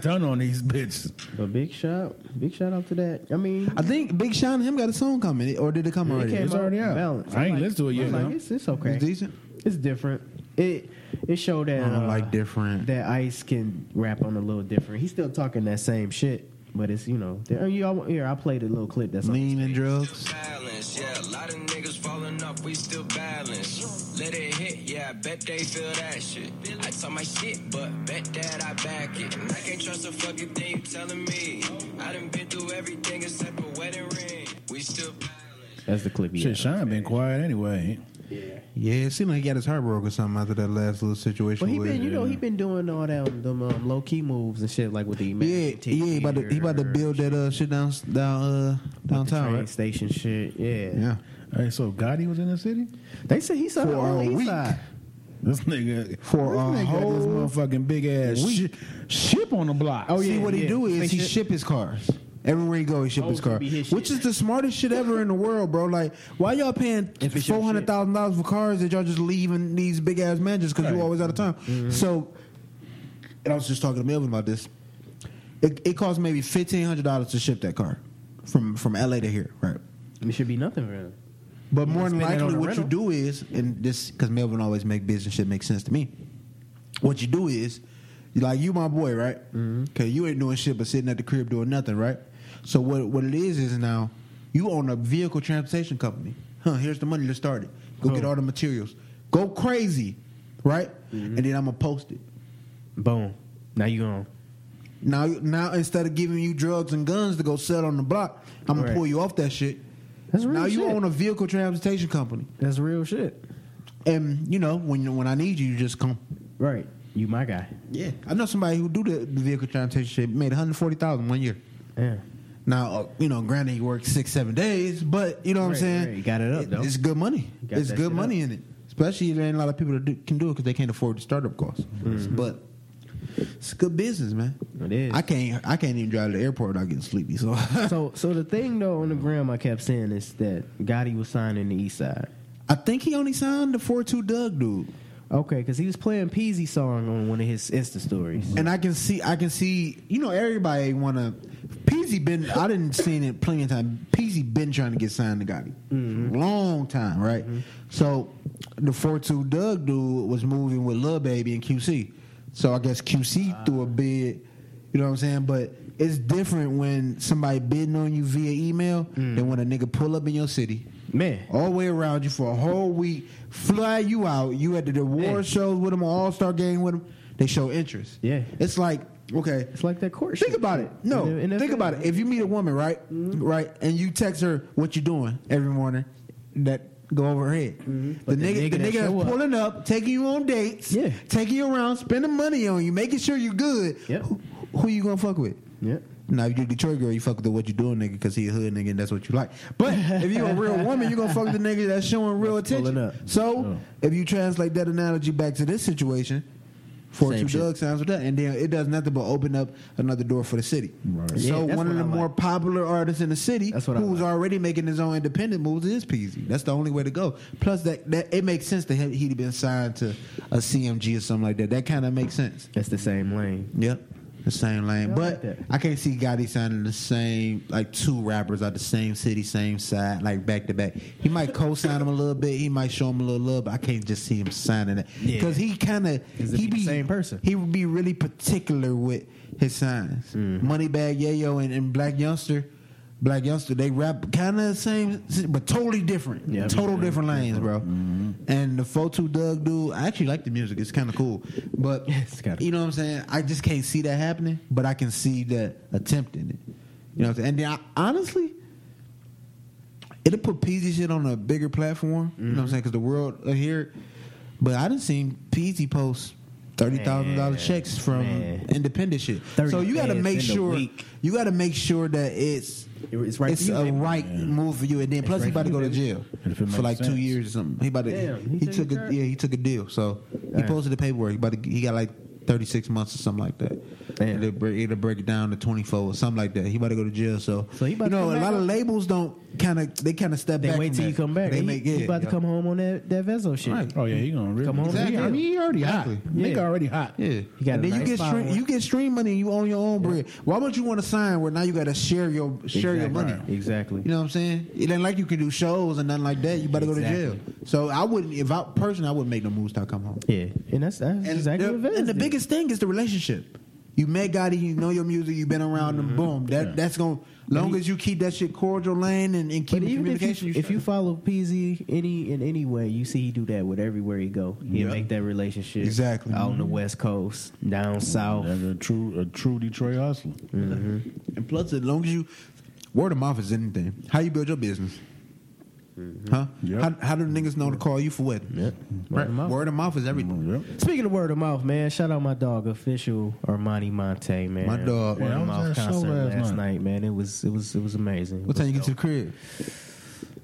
A: Turn on these bitches.
C: But big shout, big shout out to that. I mean,
B: I think Big Sean and him got a song coming, or did it come already?
C: came
A: It's
C: out
A: already out.
C: balanced.
A: I ain't
C: I'm like-
A: listened to it yet.
C: I'm like,
A: though.
C: it's, it's okay.
B: It's decent.
C: It's different. It it showed that
B: I don't
C: uh,
B: like different.
C: that Ice can rap on a little different. He's still talking that same shit, but it's you know. There, you all, here, I played a little clip that's on.
B: Lean and drugs.
F: Balance, yeah. A lot of niggas falling off, we still balance. Let it hit, yeah. I bet they feel that shit. I talk my shit, but bet that I back it. And I can't trust a fucking thing you telling me. I done been through everything except a wedding ring. We still balance.
C: That's the clip. He
A: Shit,
C: had.
A: Sean been quiet anyway.
B: Yeah, it seemed like he got his heart broke or something after that last little situation.
C: But he
B: with-
C: been, you know, he been doing all that them um, low key moves and shit like with the
B: yeah, yeah, he about to he about to build that uh shit down down uh downtown,
C: train
B: right?
C: station shit. Yeah,
B: Yeah,
A: Hey, so Gotti was in the city?
C: They say he signed
B: For
C: on the
B: a
C: east
B: week.
C: side.
A: This nigga
B: For
A: this
B: a
A: nigga got this
B: whole
A: motherfucking big ass
B: week.
A: shi- ship on the block.
C: Oh,
B: See
C: yeah,
B: what he
C: yeah.
B: do is he
C: Spaceship.
B: ship his cars. Everywhere he go, he ship
C: Oh,
B: his
C: it could
B: car,
C: be his
B: which
C: shit.
B: is the smartest shit ever in the world, bro. Like, why y'all paying
C: If it's your
B: four hundred thousand dollars for cars that y'all just leaving these big ass mansions because you
A: Right.
B: always out of time?
C: Mm-hmm.
B: So, and I was just talking to Melvin about this. It, it costs maybe fifteen hundred dollars to ship that car from from LA to here, right?
C: It should be nothing for him.
B: But more than
C: spend that on
B: likely,
C: a
B: what you
C: rental.
B: do is, and this because Melvin always make business shit make sense to me. What you do is, you like you my boy, right?
C: Mm-hmm.
B: Okay, you ain't doing shit but sitting at the crib doing nothing, right? So what what it is is now you own a vehicle transportation company. Huh? Here's the money to start it. Go
C: Oh.
B: get all the materials. Go crazy, right?
C: Mm-hmm.
B: And then I'm gonna post it.
C: Boom. Now you on.
B: Now, now instead of giving you drugs and guns to go sell on the block, I'm gonna
C: Right.
B: pull you off that shit.
C: That's real
B: now you
C: shit.
B: own a vehicle transportation company.
C: That's real shit.
B: And you know, when when I need you, you just come.
C: Right. You my guy.
B: Yeah, I know somebody who do the, the vehicle transportation shit made one hundred forty thousand one year.
C: Yeah.
B: Now, uh, you know, granted, he worked six, seven days, but you know what
C: Right,
B: I'm saying?
C: right. You got it up, though.
B: It's good money.
C: You got
B: It's
C: that
B: good
C: shit
B: money in it. Especially there ain't a lot of people that do, can do it because they can't afford the startup costs. But it's good business, man.
C: Mm-hmm. It is.
B: I can't. I can't even drive to the airport without getting sleepy. So
C: so, so the thing though on the gram I kept saying is that Gotti was signing the East Side.
B: I think he only signed the four two Doug dude.
C: Okay, because he was playing Peasy song on one of his Insta stories.
B: And I can see, I can see, you know, everybody wanna. Peasy been, I didn't seen it plenty of time. Peasy been trying to get signed to Gotti, long time, right? So the four two Doug dude was moving with Lil Baby and QC, so I guess QC threw a bid. You know what I'm saying? But it's different when somebody bidding on you via email than when a nigga pull up in your city.
C: Man,
B: All the way around you for a whole week, fly you out. You at the award
C: Yeah.
B: shows with them, All Star game with them. They show interest.
C: Yeah.
B: it's like okay.
C: it's like that court.
B: Think
C: shit.
B: about it. No,
C: In the- in the
B: think
C: film.
B: about it. If you meet a woman, right,
C: Mm-hmm.
B: right, and you text her what you doing every morning, that go over her head. The,
C: Mm-hmm. But the
B: nigga,
C: nigga
B: the
C: that
B: nigga that's
C: show up.
B: pulling up, taking you on dates,
C: Yeah.
B: taking you around, spending money on you, making sure you good.
C: Yep.
B: Who, who you gonna fuck with?
C: Yeah.
B: Now, if you're a Detroit girl, you fuck with the what you doing nigga because he a hood nigga and that's what you like. But if you're a real woman, you're gonna fuck the nigga that's showing real
C: That's pulling
B: attention.
C: up.
B: So
A: Yeah.
B: if you translate that analogy back to this situation, four
C: Same
B: two
C: shit.
B: Doug sounds with that, and then it does nothing but open up another door for the city.
A: Right.
C: Yeah,
B: So
C: that's
B: one of
C: what
B: the
C: I
B: more
C: like.
B: popular artists in the city,
C: That's what I
B: who's
C: like.
B: already making his own independent moves, is Peasy. That's the only way to go. Plus that, that it makes sense that he- he'd been signed to a CMG or something like that. That kind of makes sense.
C: That's the same lane.
B: Yep. The same lane.
C: Yeah, I like
B: but
C: that.
B: I can't see Gotti signing the same, like two rappers out the same city, same side, like back to back. He might co sign him a little bit. He might show him a little love, but I can't just see him signing that.
C: Yeah.
B: Because he kind of,
C: 'Cause it
B: he
C: be the
B: be
C: same person.
B: He would be really particular with his signs.
C: Mm-hmm.
B: Moneybag Yayo and, and Black Youngster. Black Youngster, they rap kind of the same, but totally different.
C: Yeah.
B: Total different lanes, bro.
C: Mm-hmm.
B: And the Fotu Doug dude, I actually like the music. It's kind of cool. But
C: It's gotta be.
B: you know what I'm saying? I just can't see that happening, but I can see that attempting it. You know what I'm saying? And then I, honestly, it'll put Peasy shit on a bigger platform. You know
C: Mm-hmm.
B: what I'm saying? Because the world will hear it. But I done seen Peasy post thirty thousand dollar
C: Man,
B: checks from
C: man.
B: independent shit. So you got
C: 30
B: to make
C: bands in a
B: sure
C: week.
B: you got to make sure that it's
C: It- it's right
B: it's
C: for you,
B: a
C: baby.
B: right move for you. And then plus
C: right
B: he about
C: for
B: to go
C: you,
B: to jail
A: And if it makes
B: for like two
A: sense.
B: years or something. He about to
C: Damn,
B: he,
C: he took
B: took
C: a
B: a
C: charge?
B: yeah he took a deal. So he
C: Damn.
B: posted the paperwork. He about to, he got like thirty six months or something like that.
C: Damn.
B: It'll, break, it'll break it down to twenty four or something like that. He about to go to jail. So,
C: So he about
B: you
C: to
B: know
C: come
B: a
C: back
B: lot of
C: up?
B: labels don't kind of they kind of step
C: They
B: back.
C: wait
B: from
C: till
B: that.
C: you come back.
B: They
C: He-
B: make
C: he
B: it.
C: about to come home on that that Vezo shit.
B: Right.
A: Oh yeah, he gonna really
C: Come on,
A: Exactly.
C: man.
A: I mean, he already hot.
C: Yeah.
A: Nigga already hot.
B: Yeah,
C: You got
B: and
C: a
B: then you
C: nice
B: get
C: following.
B: stream, you get stream money. and You own your own bread. Why would you want to sign where now you got to share your share your money?
C: Exactly.
B: You know what I'm saying? It ain't like you can do shows and nothing like that. You better
C: Exactly.
B: go to jail. So I wouldn't, if I personally, I wouldn't make no moves till I come home.
C: Yeah, and that's, that's
B: And,
C: exactly
B: the,
C: what Vez
B: and the
C: did.
B: biggest thing is the relationship. You met Gotti, you know your music, you've been around them. Boom. That that's gonna long as you keep that shit cordial lane and, and keep
C: But
B: the
C: even if
B: communication.
C: you, if you follow PZ any in any way, you see he do that with everywhere he go. He
B: Yeah.
C: make that relationship
B: Exactly. Mm-hmm.
C: out on the West Coast, down south.
A: That's a true a true Detroit hustler.
B: and plus, as long as you word of mouth is anything. How you build your business. Huh?
A: Yep.
B: How, how do niggas know to call you for what?
A: Yep.
C: Word of mouth.
B: Mm-hmm. Word of mouth Mm-hmm. is everything.
A: Yep.
C: Speaking of word of mouth, man, shout out my dog, official Armani Monte, man.
B: My dog.
C: Word
A: Yeah,
C: of
A: I was
C: mouth
A: at a show
C: concert
A: last
C: last, night.
A: night.
C: man. It was it was it was amazing.
B: What time you get to the crib?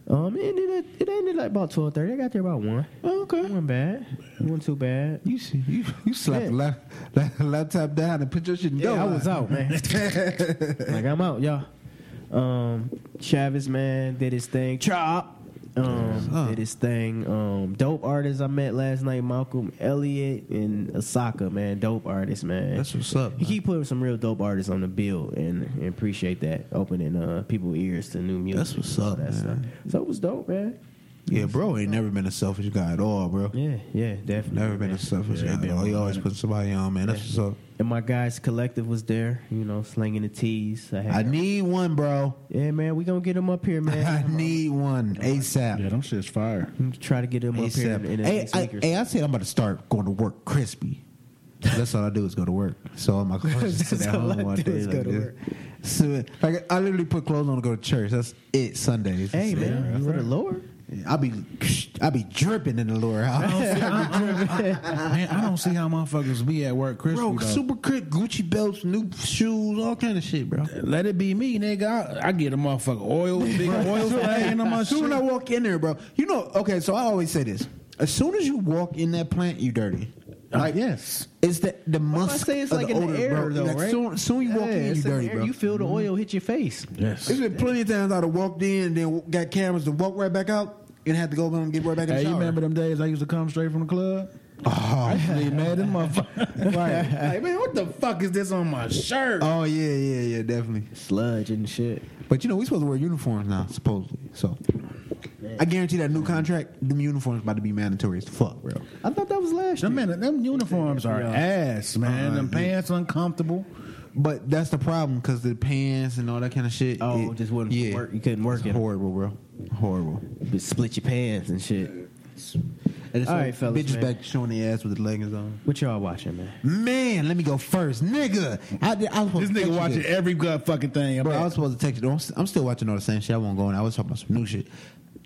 C: Um, it ended at, it ended like about twelve thirty. I got there about one.
B: Oh, okay.
C: It wasn't bad. It wasn't too bad.
B: You s- you you slap
C: Yeah.
B: the lap, la- laptop down and put your shit in
C: Yeah,
B: go
C: I
B: line.
C: was out, man. like I'm out, y'all. Um, Chavez, man, did his thing. Chop, um,
B: Huh.
C: did his thing. Um, dope artists I met last night: Malcolm Elliott and Osaka, man. Dope artists, man.
B: That's what's up.
C: you
B: man.
C: keep putting some real dope artists on the bill, and, and appreciate that opening uh people ears to new music.
B: That's what's up,
C: All that
B: man.
C: stuff. So it was dope, man.
B: Yeah, bro, ain't never been a selfish guy at all, bro.
C: Yeah, yeah, definitely.
B: Never been
C: man.
B: a selfish
A: Yeah,
B: guy at
A: been
B: all. He
A: one
B: always
A: hundred.
B: put somebody on, man. That's what's up.
C: And my guys collective was there, you know, slinging the tees. I, had,
B: I need one, bro.
C: yeah, man. We gonna get them up here, man.
B: I need one
A: Yeah,
B: ASAP.
A: them shit's fire.
C: Try to get them up here in,
B: ASAP.
C: in the
B: Hey,
C: next
B: I,
C: week or
B: hey, I said I'm about to start going to work crispy. That's all I do is go to work. So I'm like, I'm just sit
C: That's
B: at
C: all I
B: home one
C: do
B: day
C: is
B: like
C: go to
B: this.
C: work.
B: So, like I literally put clothes on to go to church. That's it. Sundays.
C: Hey
B: That's it,
C: man,
B: bro.
C: for the Lord,
B: I be I be dripping in the Lord house.
A: Man, I don't see how motherfuckers be at work crispy.
B: Bro,
A: though.
B: super crit, Gucci belts, new shoes, all kind of shit, bro.
A: Let it be me, nigga. I, I get a motherfucker oil, big oil stain on my
B: soon
A: shit.
B: I walk in there, bro. You know, okay, so I always say this. As soon as you walk in that plant, you dirty. Like
A: yes.
B: It's the the
C: That's
B: musk.
C: why I say it's
B: of
C: like
B: the
C: in
B: odor,
C: the air,
B: bro.
C: though,
B: Like,
C: right?
B: Soon, soon you walk
C: Yeah,
B: in,
C: it's in
B: you
C: the
B: dirty,
C: air.
B: bro.
C: You feel the oil hit your face.
A: Yes.
B: There's been plenty of times I'd have walked in, then got cameras to walk right back out, and had to go and get right back in the
A: Hey, you
B: shower. Oh.
A: remember them days I used to come straight from the club? I used to be mad at motherfucker. like, like, man, what the fuck is this on my shirt?
B: Oh yeah, yeah, yeah, definitely.
C: Sludge and shit.
B: But you know we supposed to wear uniforms now, supposedly. So I guarantee that new contract, them uniforms about to be mandatory as fuck, bro.
C: I thought that was last
A: Them,
C: year.
A: man, them uniforms are ass, man.
B: Uh-huh.
A: them pants uncomfortable.
B: But that's the problem because the pants and all that kind of shit.
C: Oh, just wouldn't work. You couldn't work
B: It's
C: it.
B: Horrible, bro. Horrible.
C: But split your pants and shit.
B: And it's
C: All
B: like
C: right, fellas,
B: Bitches
C: man.
B: back showing their ass with the leggings on.
C: What y'all watching, man?
B: Man, let me go first, nigga. I, did, I was supposed
A: This
B: to text
A: nigga
B: you
A: watching
B: this.
A: every good fucking thing.
B: Bro,
A: Bro,
B: I was supposed to text you. I'm, s- I'm still watching all the same shit. I won't go in. I was talking about some new shit.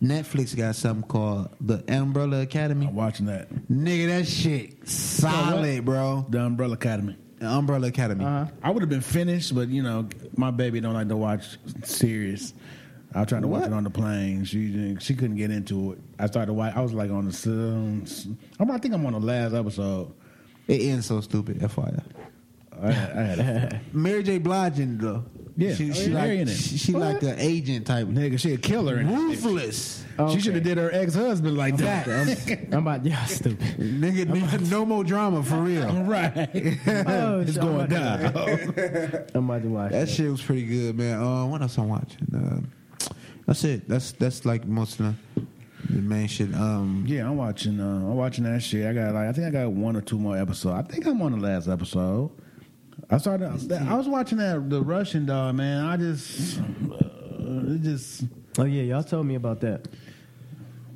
B: Netflix got something called the Umbrella Academy.
A: I'm watching that.
B: Nigga, that shit solid, bro.
A: The Umbrella Academy.
B: The Umbrella Academy.
A: I would have been finished, but you know, my baby don't like to watch series. I tried to watch
B: What?
A: it on the plane. She didn't- she couldn't get into it. I started watch. I was like on the. s- um, s- I'm- I think I'm on the last episode.
B: It ends so stupid, FYI.
A: I had, I had a,
B: Mary J. Blige in it, though.
A: Yeah.
B: She,
A: Oh,
B: she
A: yeah, Mary
B: like,
A: in it.
B: she, she like an agent type.
A: nigga, she a killer. And
B: Ruthless.
A: She should have did her ex husband like that.
C: I'm about y'all stupid.
B: Nigga, nigga, no more drama for real.
A: right,
C: Oh,
A: it's
C: shit, I'm
A: going
C: about
A: down.
C: I'm about to watch
B: That
C: that.
B: shit was pretty good, man. Uh, what else I'm watching? Uh, that's it. That's that's like most of the, the main shit. Um,
A: Yeah, I'm watching. Uh, I'm watching that shit. I got like I think I got one or two more episodes. I think I'm on the last episode. I started. I was watching that the Russian dog man. I just uh, it just
C: Oh yeah, y'all told me about that.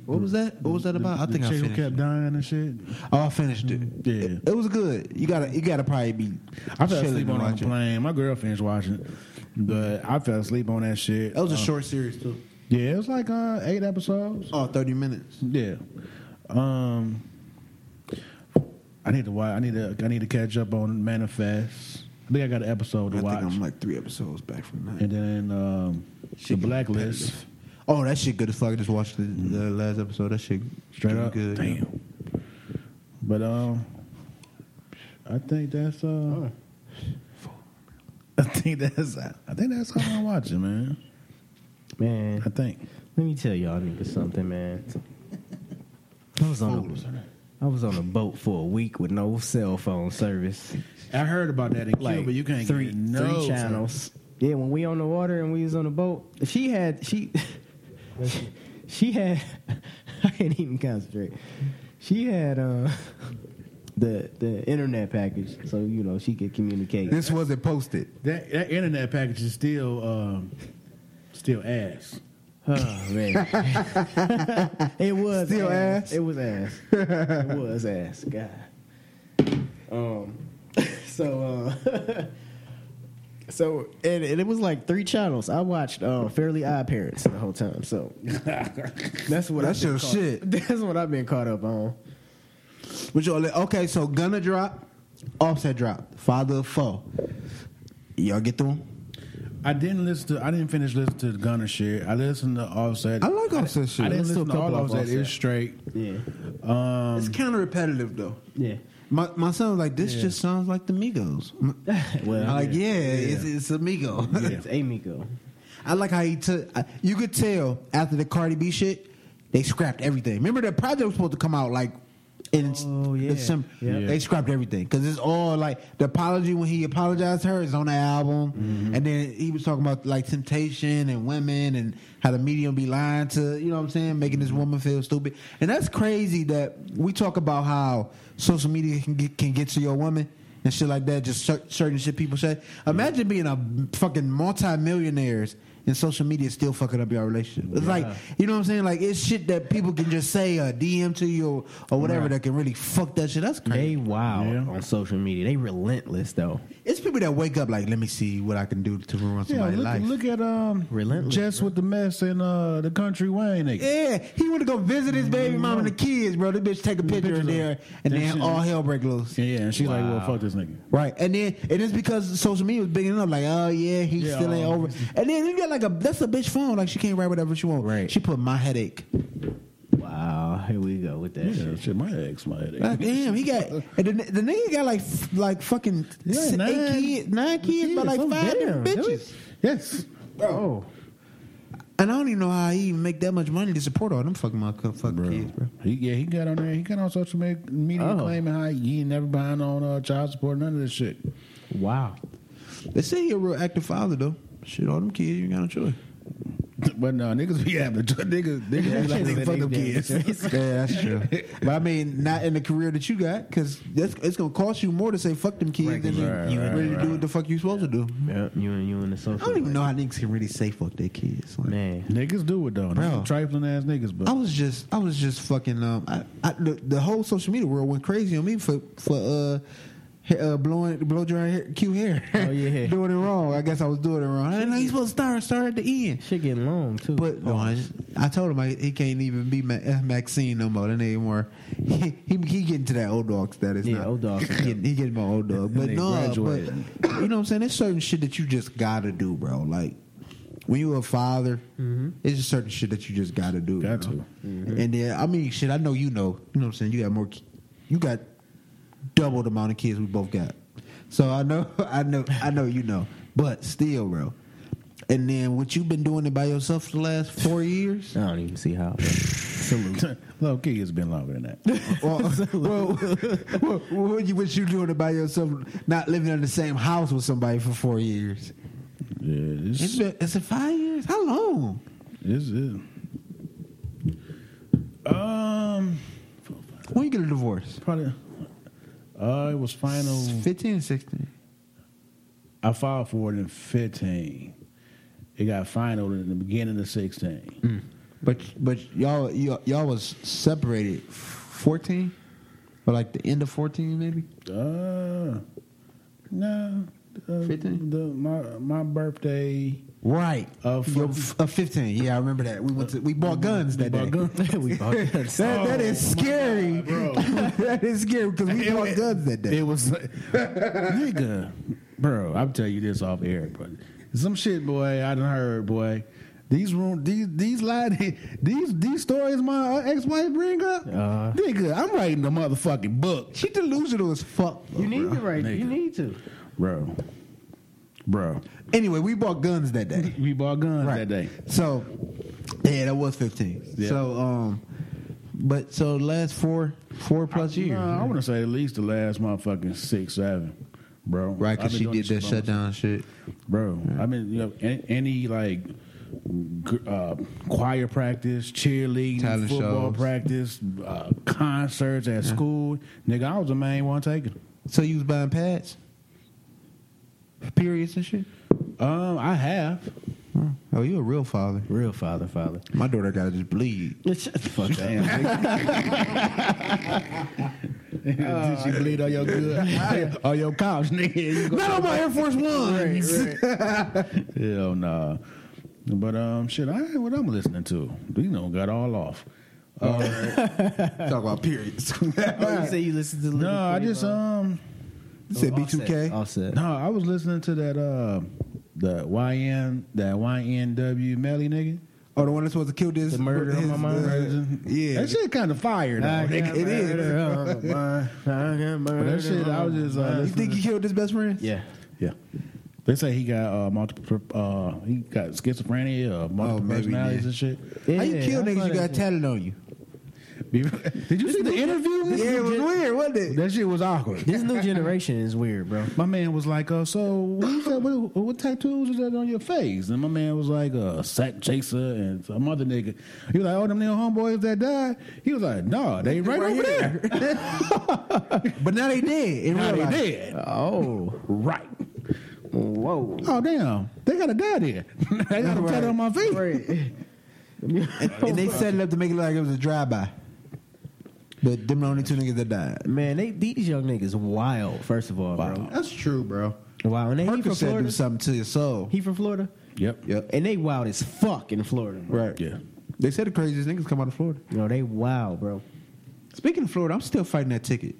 B: what was that? What was that about? I
A: the
B: think I
A: chick who
B: finished.
A: kept
B: It.
A: dying and shit.
B: Oh, I finished it.
A: Yeah.
B: it, it was good. You gotta you gotta probably be.
A: I fell
B: chilling
A: asleep
B: and
A: on the
B: watching.
A: plane. My girl finished watching, it, but I fell asleep on that shit.
B: That was a
A: Uh,
B: short series too.
A: yeah, it was like uh, eight episodes.
B: Oh, 30 minutes.
A: Yeah. Um, I need to watch. I need to. I need to catch up on Manifest. I think I got an episode to
B: I
A: watch.
B: think I'm like three episodes back from that.
A: And then um, the blacklist.
B: Oh, that shit good as fuck. I just watched the, the last episode. That shit
A: Straight up.
B: good.
A: Damn. But um, I think that's uh, I think that's I think that's how I'm watching, man.
C: Man,
A: I think.
C: let me tell y'all niggas something, man. I was on a, I was on a boat for a week with no cell phone service.
A: I heard about that in
C: Like
A: Cuba. You can't
C: three
A: get no
C: three channels. Yeah, when we on the water and we was on the boat, she had she she had I can't even concentrate. She had uh the the internet package so you know she could communicate.
B: This wasn't posted.
A: That, that internet package is still um, still ass.
C: Oh man, it was
B: Still
C: ass.
B: ass?
C: It was ass. it was ass. God. Um. So. Uh, so and, and it was like three channels. I watched uh, Fairly Odd Parents the whole time. So that's what I've
B: That's
C: been
B: your
C: caught-
B: shit.
C: That's what I've been caught up on.
B: But y'all, okay, so Gunna drop, Offset drop, Father of Foe. Y'all get through them?
A: I didn't listen to. I didn't finish listening to the Gunner shit. I listened to Offset.
B: I like Offset
A: I
B: shit.
A: didn't
C: Listen to a
A: listen to all
C: couple of
A: Offset. It's
C: Offset.
A: straight.
C: Yeah.
A: Um,
B: it's kind of repetitive though.
C: Yeah.
B: My my son was like, this just sounds like the Migos.
C: Well,
B: I'm like, yeah,
C: yeah.
B: it's it's amigo.
C: It's Amigo.
B: I like how he took. I- You could tell after the Cardi B shit, they scrapped everything. Remember that project was supposed to come out like in
C: Oh, yeah.
B: December.
C: Yeah.
B: They scrapped everything because it's all like the apology when he apologized to her is on the album,
C: Mm-hmm.
B: and then he was talking about like temptation and women and how the medium be lying to you know what I'm saying, making
C: Mm-hmm.
B: this woman feel stupid. And that's crazy that we talk about how social media can get can get to your woman. And shit like that, just cer- certain shit people say. Imagine being a fucking multimillionaires And social media is still fucking up your relationship. It's like,
C: Yeah.
B: you know what I'm saying? Like, it's shit that people can just say a DM to you or, or whatever that can really fuck that shit. That's crazy.
C: They wild
A: Yeah.
C: on social media. They relentless though.
B: It's people that wake up like, let me see what I can do to ruin
A: Yeah,
B: somebody's
A: look,
B: life.
A: look at um,
C: Relentless,
A: Jess with the mess and uh, the country Wayne nigga.
B: Yeah, he want to go visit his baby mama and the kids, bro. This bitch take a picture
A: pictures
B: in there,
A: of-
B: and
A: that
B: then
A: shit
B: all
A: is-
B: hell break loose.
A: Yeah, yeah, and she's like, well, fuck this nigga.
B: Right, and then and it's because social media was big enough. Like, oh yeah, he
A: Yeah,
B: still ain't
A: oh,
B: over. And then you got like a that's a bitch phone. Like she can't write whatever she want.
C: Right.
B: She put my headache.
C: Wow, here we go with that
A: Yeah,
C: shit.
A: shit, my ex, my headache.
B: Like, damn, he got and the, the nigga got like f- like fucking
A: Yeah,
B: s- eight kids, nine kids, but like
A: oh,
B: five different
A: damn,
B: bitches.
A: Yes.
C: Oh,
B: And I don't even know how he even make that much money to support all them fucking my cu- fucking kids, bro.
A: He, yeah, he got on there. He got on social me- media
C: Oh.
A: claiming how he ain't never behind on uh, child support, none of this shit.
C: wow.
B: They say he a real active father though. Shit, all them kids, you got no choice.
A: But no, niggas be having to niggas, niggas be like, nigga, fuck them kids.
B: yeah, that's true. But I mean, not in the career that you got, because it's gonna cost you more to say fuck them kids than you,
A: Right,
B: you
A: right,
B: really
A: right.
B: do what the fuck you supposed to do.
C: Yep, you and you and the
B: I
C: social.
B: don't even know how niggas can really say fuck their kids. Like,
C: man.
A: niggas do it though.
B: Bro. Oh.
A: Trifling ass niggas, but
B: I was just, I was just fucking. Um, I, I, the, the whole social media world went crazy on me for for uh, ha- uh blowing blow dry hair, Q hair.
C: Oh, yeah.
B: doing it wrong. I guess I was doing it wrong. I didn't know you supposed to start start at the end.
C: Shit getting long too. Oh,
B: But no, I, just- I told him I, he can't even be Ma- uh, Maxine no more. That ain't more. He, he he getting to that old dog status.
C: Yeah,
B: now.
C: old dog
B: He getting, he getting my old dog. But
A: They
B: no, but
A: graduated.
B: you know what I'm saying. There's certain shit that you just gotta do, bro. Like when you a father, it's just certain shit that you just gotta do.
A: Mm-hmm. Got
B: bro. Mm-hmm.
A: to.
B: And then I mean, shit. I know you know. You know what I'm saying. You got more. ki- You got double the amount of kids we both got. So I know, I know, I know you know. But still, bro. And then what you've been doing it by yourself for the last four years?
C: I don't even see how. Salute.
A: low key, it's been longer than that.
B: well, well, well, what you what you doing it by yourself? Not living in the same house with somebody for four years?
A: yeah, it's,
B: It's been, is it five years? How long?
A: it's, it's um
B: When you get a divorce?
A: probably uh it was final.
B: Fifteen, sixteen.
A: I filed for it in fifteen. It got final in the beginning of sixteen.
B: But but y'all y'all, y'all was separated fourteen, or like the end of fourteen maybe.
A: Uh, no. Uh,
B: 15?
A: The, my my birthday.
B: Right.
A: Of
B: Your-
A: fucking-
B: of fifteen. Yeah, I remember that. We went to we bought guns that day.
C: we bought that.
B: That, that
A: Oh,
B: is scary,
A: bro.
B: that is scary because we bought guns that day.
A: It was nigga, bro. I'm tell you this off air, but some shit, boy. I done heard, boy. These room, these these lie, these these stories my ex wife bring up,
B: Uh-huh.
C: Uh.
A: nigga. I'm writing the motherfucking book,
B: she delusional as fuck.
C: You need to right.
A: Nigga.
C: You need to.
A: bro, bro.
B: Anyway, we bought guns that day.
A: We bought guns
B: Right.
A: that day.
B: So yeah, that was fifteen.
A: Yeah.
B: So um, but so last four four plus years.
A: Nah, I want to say at least the last motherfucking six, seven, bro.
B: Right,
A: I've
B: because
A: been
B: she
A: doing
B: did
A: this
B: that
A: shit by myself.
B: shutdown shit.
A: bro. I mean, you know, any, any like g- uh, choir practice, cheerleading,
B: Talent
A: football
B: shows.
A: practice, uh, concerts at school, nigga, I was the main one taking.
B: So you was buying pads, periods and shit.
A: Um, I have.
B: Oh, you a real father.
C: Real father, father.
B: My daughter gotta just bleed.
C: Shut the fuck up.
A: Did she bleed on your good on your couch, nigga? You go-
B: Not on my Air Force Ones.
A: Hell nah. But um, shit, I ain't what I'm listening to. You know, got all off.
B: Talk about periods.
C: Oh, you say you listen to
A: No,
C: Lil
A: I
C: Quavo.
A: just um,
B: Said B2K.
C: Offset.
A: no, I was listening to that uh, the YN that YNW Melly nigga.
B: Oh, the one that's supposed to kill this
C: The murder on
B: his-
C: my mind.
B: uh, Yeah,
A: That shit kind of fire though.
C: I got
A: nigga.
B: it is.
C: murder on my mind.
A: But that shit, I was just uh,
B: You
A: listening
B: think he killed his best friend?
C: Yeah.
A: Yeah. They say he got uh, multiple, uh, he got schizophrenia, uh, multiple
B: Oh, maybe,
A: personalities
B: yeah.
A: and shit.
B: How you
C: Yeah,
B: kill
C: I
B: niggas?
C: thought
B: You got
C: it-
B: tatted on you.
A: Did you see the interview?
B: Yeah, it was weird, wasn't it?
A: That shit was awkward.
C: This new generation is weird, bro.
A: My man was like, uh, so what, you got- what, what tattoos is that on your face? And my man was like, uh, Sack Chaser and some other nigga. He was like, oh, them little homeboys that died? He was like, no, they right, over there.
B: But now they did. In
A: Now
B: real
A: they
B: life.
A: dead.
C: Oh.
A: Right.
C: Whoa.
A: Oh damn, they got a guy there. they got a
B: Right.
A: tattoo on my feet.
B: And, and they set it up to make it look like it was a drive by. But them the only two niggas that died.
C: Man, they these young niggas wild. First of all, bro.
B: That's true, bro.
C: Wow, and they, he from
B: Percocet do
C: Florida.
B: something to your soul.
C: He from Florida,
A: Yep.
B: Yep.
C: and they wild as fuck in Florida. Bro.
B: Right.
A: Yeah.
B: They said the craziest niggas come out of Florida.
C: You know they wild, bro.
B: Speaking of Florida, I'm still fighting that ticket.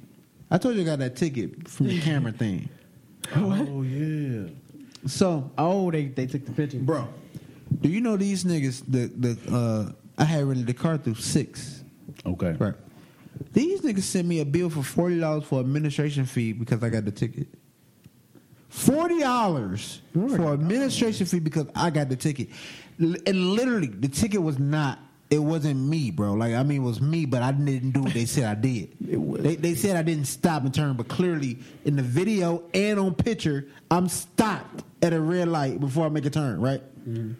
B: I told you I got that ticket from the camera thing.
A: Oh yeah.
B: So,
C: Oh, they they took the picture.
B: bro, do you know these niggas? The the uh, I had rented the car through six.
A: Okay.
B: Right. These niggas sent me a bill for forty dollars for administration fee because I got the ticket. Forty dollars for administration fee because I got the ticket, L- and literally the ticket was not. It wasn't me, bro. Like I mean, it was me, but I didn't do what they said I did.
C: It was
B: They, they said I didn't stop and turn, but clearly in the video and on picture, I'm stopped at a red light before I make a turn. Right. And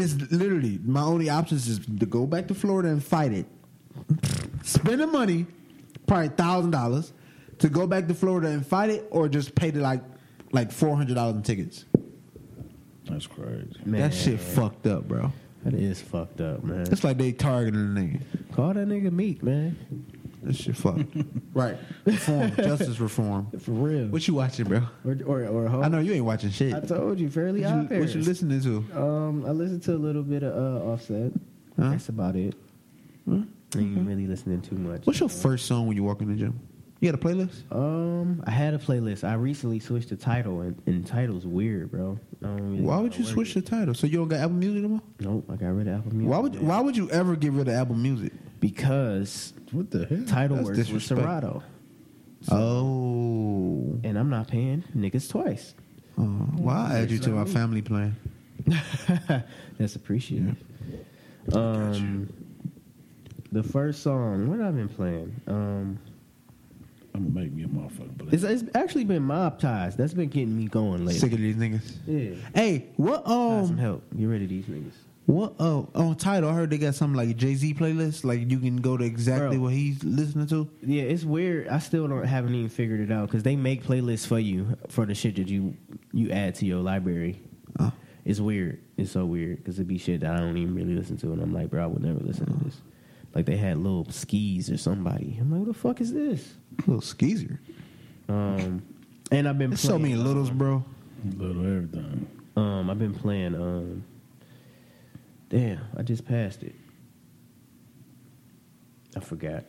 B: it's literally my only options is to go back to Florida and fight it. Spend the money, probably thousand dollars, to go back to Florida and fight it, or just pay the like like four hundred dollars in tickets.
A: That's crazy.
C: Man,
B: That shit fucked up, bro.
C: That is fucked up, man.
B: It's like they targeting the nigga.
C: Call that nigga Meek, man.
B: That shit fucked. right. Reform, justice reform.
C: For real.
B: What you watching, bro?
C: or or or Ho-
B: I know you ain't watching shit.
C: I told you, fairly
B: What you, what
C: obvious.
B: you listening to?
C: Um, I listened to a little bit of uh, Offset.
B: Huh?
C: That's about it. I ain't really listening too much.
B: What's your first song when you walk in the gym? You got a playlist?
C: Um, I had a playlist. I recently switched the title, and, and title's weird, bro. I don't really
B: Why
C: know
B: would
C: how
B: you
C: to
B: switch the
C: work
B: title? So you don't got Apple Music no more?
C: it. Nope, I got rid of Apple Music.
B: Why would Why would you ever get rid of Apple Music?
C: Because
A: What the hell?
C: title
B: That's
C: works was
B: disrespect.
C: Serato,
B: Oh,
C: and I'm not paying niggas twice.
B: oh. why add you to my family plan?
C: That's appreciated. Um, the first song. What I've been playing. Um,
A: I'm gonna make me a motherfucker. But
C: it's, it's actually been Mob Ties. That's been getting me going lately.
B: Sick of these niggas.
C: Yeah.
B: Hey, what
C: Find some
B: um,
C: help. Get rid of these niggas.
B: what uh, on title? I heard they got something like Jay Z playlist. Like you can go to exactly
C: Bro.
B: what he's listening to.
C: Yeah, it's weird. I still don't haven't even figured it out because they make playlists for you for the shit that you you add to your library.
B: Oh.
C: It's weird. It's so weird because it'd be shit that I don't even really listen to, and I'm like, bro, I would never listen to this. Like they had little skis or somebody. I'm like, what the fuck is this?
B: Little skeezer.
C: Um, and I've been
B: There's so
C: playing,
B: many littles, bro.
A: little everything.
C: Um, I've been playing. Um, damn, I just passed it. I forgot.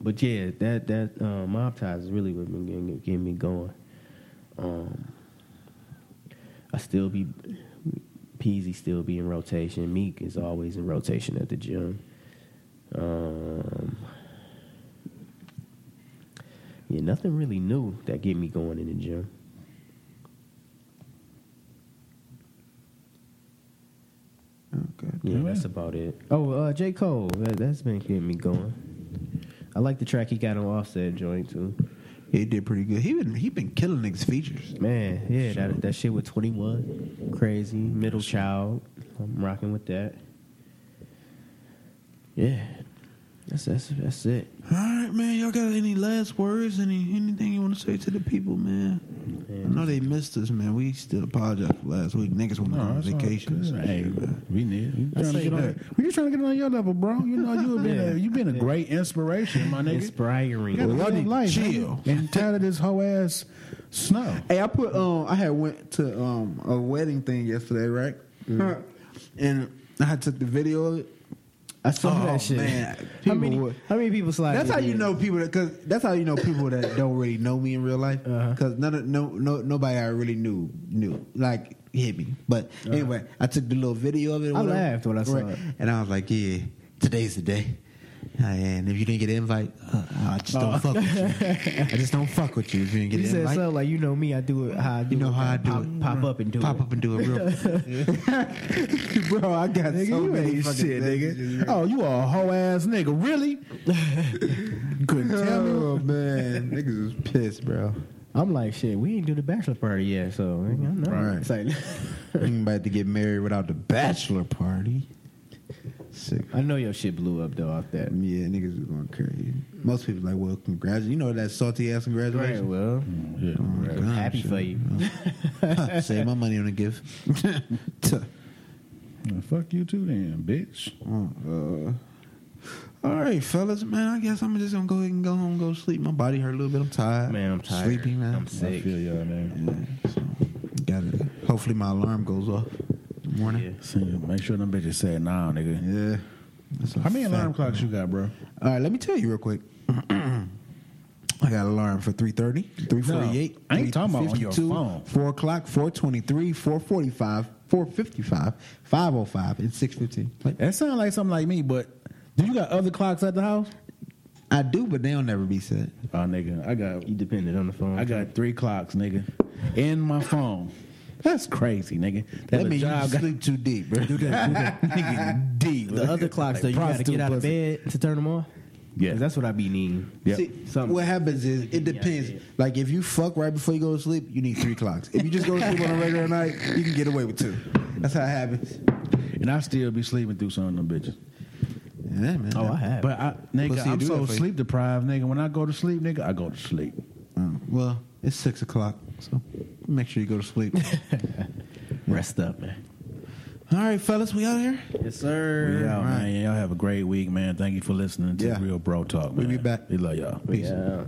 C: But yeah, that that uh, mob ties is really what been getting, getting me going. Um, I still be Peasy still be in rotation. Meek is always in rotation at the gym. Um, yeah, nothing really new that get me going in the gym.
B: Okay.
C: Yeah, that's about it. Oh, uh, J. Cole. That, that's been getting me going. I like the track he got on Offset joint too.
B: He did pretty good. He been he been killing niggas features.
C: Man, yeah, that that shit with Twenty One, crazy middle child. I'm rocking with that. Yeah, that's that's that's it.
B: All right, man. Y'all got any last words? Any anything you want to say to the people, man? I know they missed us, man. We still apologize for last week. Niggas went on
A: that's all
B: vacation.
A: good. Hey, we need. We
C: I
A: trying to
C: say
A: get on.
C: that.
A: We just trying to get on your level, bro. You know you've been
C: Yeah.
A: a, you've been a great inspiration, my nigga.
C: Inspiring.
A: You gotta
B: Well, I
A: live
B: need
A: life,
B: chill.
A: nigga. And tired of this whole ass snow.
B: Hey, I put um I had went to um a wedding thing yesterday, right? And I took the video of it.
C: I saw
B: Oh,
C: that shit.
B: man.
C: How
B: People
C: many?
B: would-
C: How many people slide?
B: That's
C: in
B: how you
C: there?
B: know people that cause that's how you know people that don't really know me in real life.
C: Uh-huh.
B: Cause none of, no no nobody I really knew knew. Like hit me. But anyway, I took the little video of it. and
C: Uh-huh. I
B: whatever.
C: laughed when I saw it.
B: And I was like, yeah, today's the day. And if you didn't get an invite, uh, I just don't fuck with you. I just don't fuck with you if you didn't get
C: Oh. You
B: an
C: said
B: invite.
C: something like, you know me, I do it how I do
B: You know
C: it.
B: how I do
C: pop,
B: it.
C: Pop up and do
B: Pop
C: it.
B: up and do it real Bro, I got
A: Nigga,
B: so
A: you
B: many
A: ain't
B: fucking
A: shit,
B: messages.
A: nigga. Oh, you are a hoe ass nigga, really? Couldn't tell me.
B: Oh, man, niggas is pissed, bro.
C: I'm like, shit, we ain't do the bachelor party yet, so I don't know.
B: Right.
C: It's like,
B: You ain't about to get married without the bachelor party. Sick.
C: I know your shit blew up though off that.
B: Yeah, niggas is going crazy. Most people like, well, congratulations. You know that salty ass
C: Right,
B: congratulations. Oh
C: well,
A: Yeah, right.
B: God,
C: happy
B: shit.
C: for you.
B: Huh, Save my money on a gift. Tuh.
A: Well, Fuck you too, then, bitch.
B: Uh, all right, fellas, man. I guess I'm just gonna go ahead and go home, go sleep. My body hurt a little bit. I'm tired.
C: Man, I'm tired.
B: Sleepy, man.
C: I'm
A: I
C: sick.
A: feel y'all, man.
B: Yeah, so, got it. Hopefully, my alarm goes off in the
C: Yeah.
B: morning.
A: See, make sure them bitches say it now, nigga.
B: Yeah. That's a
A: How many
B: fact.
A: alarm clocks you got, bro?
B: All right, let me tell you real quick. I got an alarm for 3.30, 3.48,
A: No, I ain't talking about on your
B: 3:52,
A: phone.
B: 4 o'clock, 4.23, 4.45, 4.55, 5.05, and 6.15. Like,
A: That sounds like something like me, but do you got other clocks at the house?
B: I do, but they'll never be set.
A: Oh, nigga, I got
C: You depended on the phone.
A: I got three clocks, nigga, in my phone. That's crazy, nigga.
B: That,
A: That,
B: means you
A: job got
B: sleep too deep, bro.
A: do that, do that, nigga, deep.
C: the other clocks though. You gotta get out of bed to turn them on.
A: Yeah.
C: 'Cause that's what I be needing.
A: Yep.
B: See,
C: Something.
B: what happens is it depends. Like if you fuck right before you go to sleep, you need three clocks. If you just go to sleep on a regular night, you can get away with two. That's how it happens.
A: And I still be sleeping through some of them bitches.
B: Yeah, man.
C: Oh, I have.
A: But I, nigga,
B: Pussy
A: I'm
B: do that
A: so
B: for you.
A: sleep deprived, nigga. When I go to sleep, nigga, I go to sleep.
B: Oh, well, it's six o'clock, so make sure you go to sleep.
C: Rest up, man.
B: All right, fellas, we out here.
C: Yes, sir.
A: Yeah, man. Y'all have a great week, man. Thank you for listening to
B: Yeah.
A: Real Bro Talk, man.
B: We'll be back.
A: We love y'all.
B: Peace.
C: Yeah.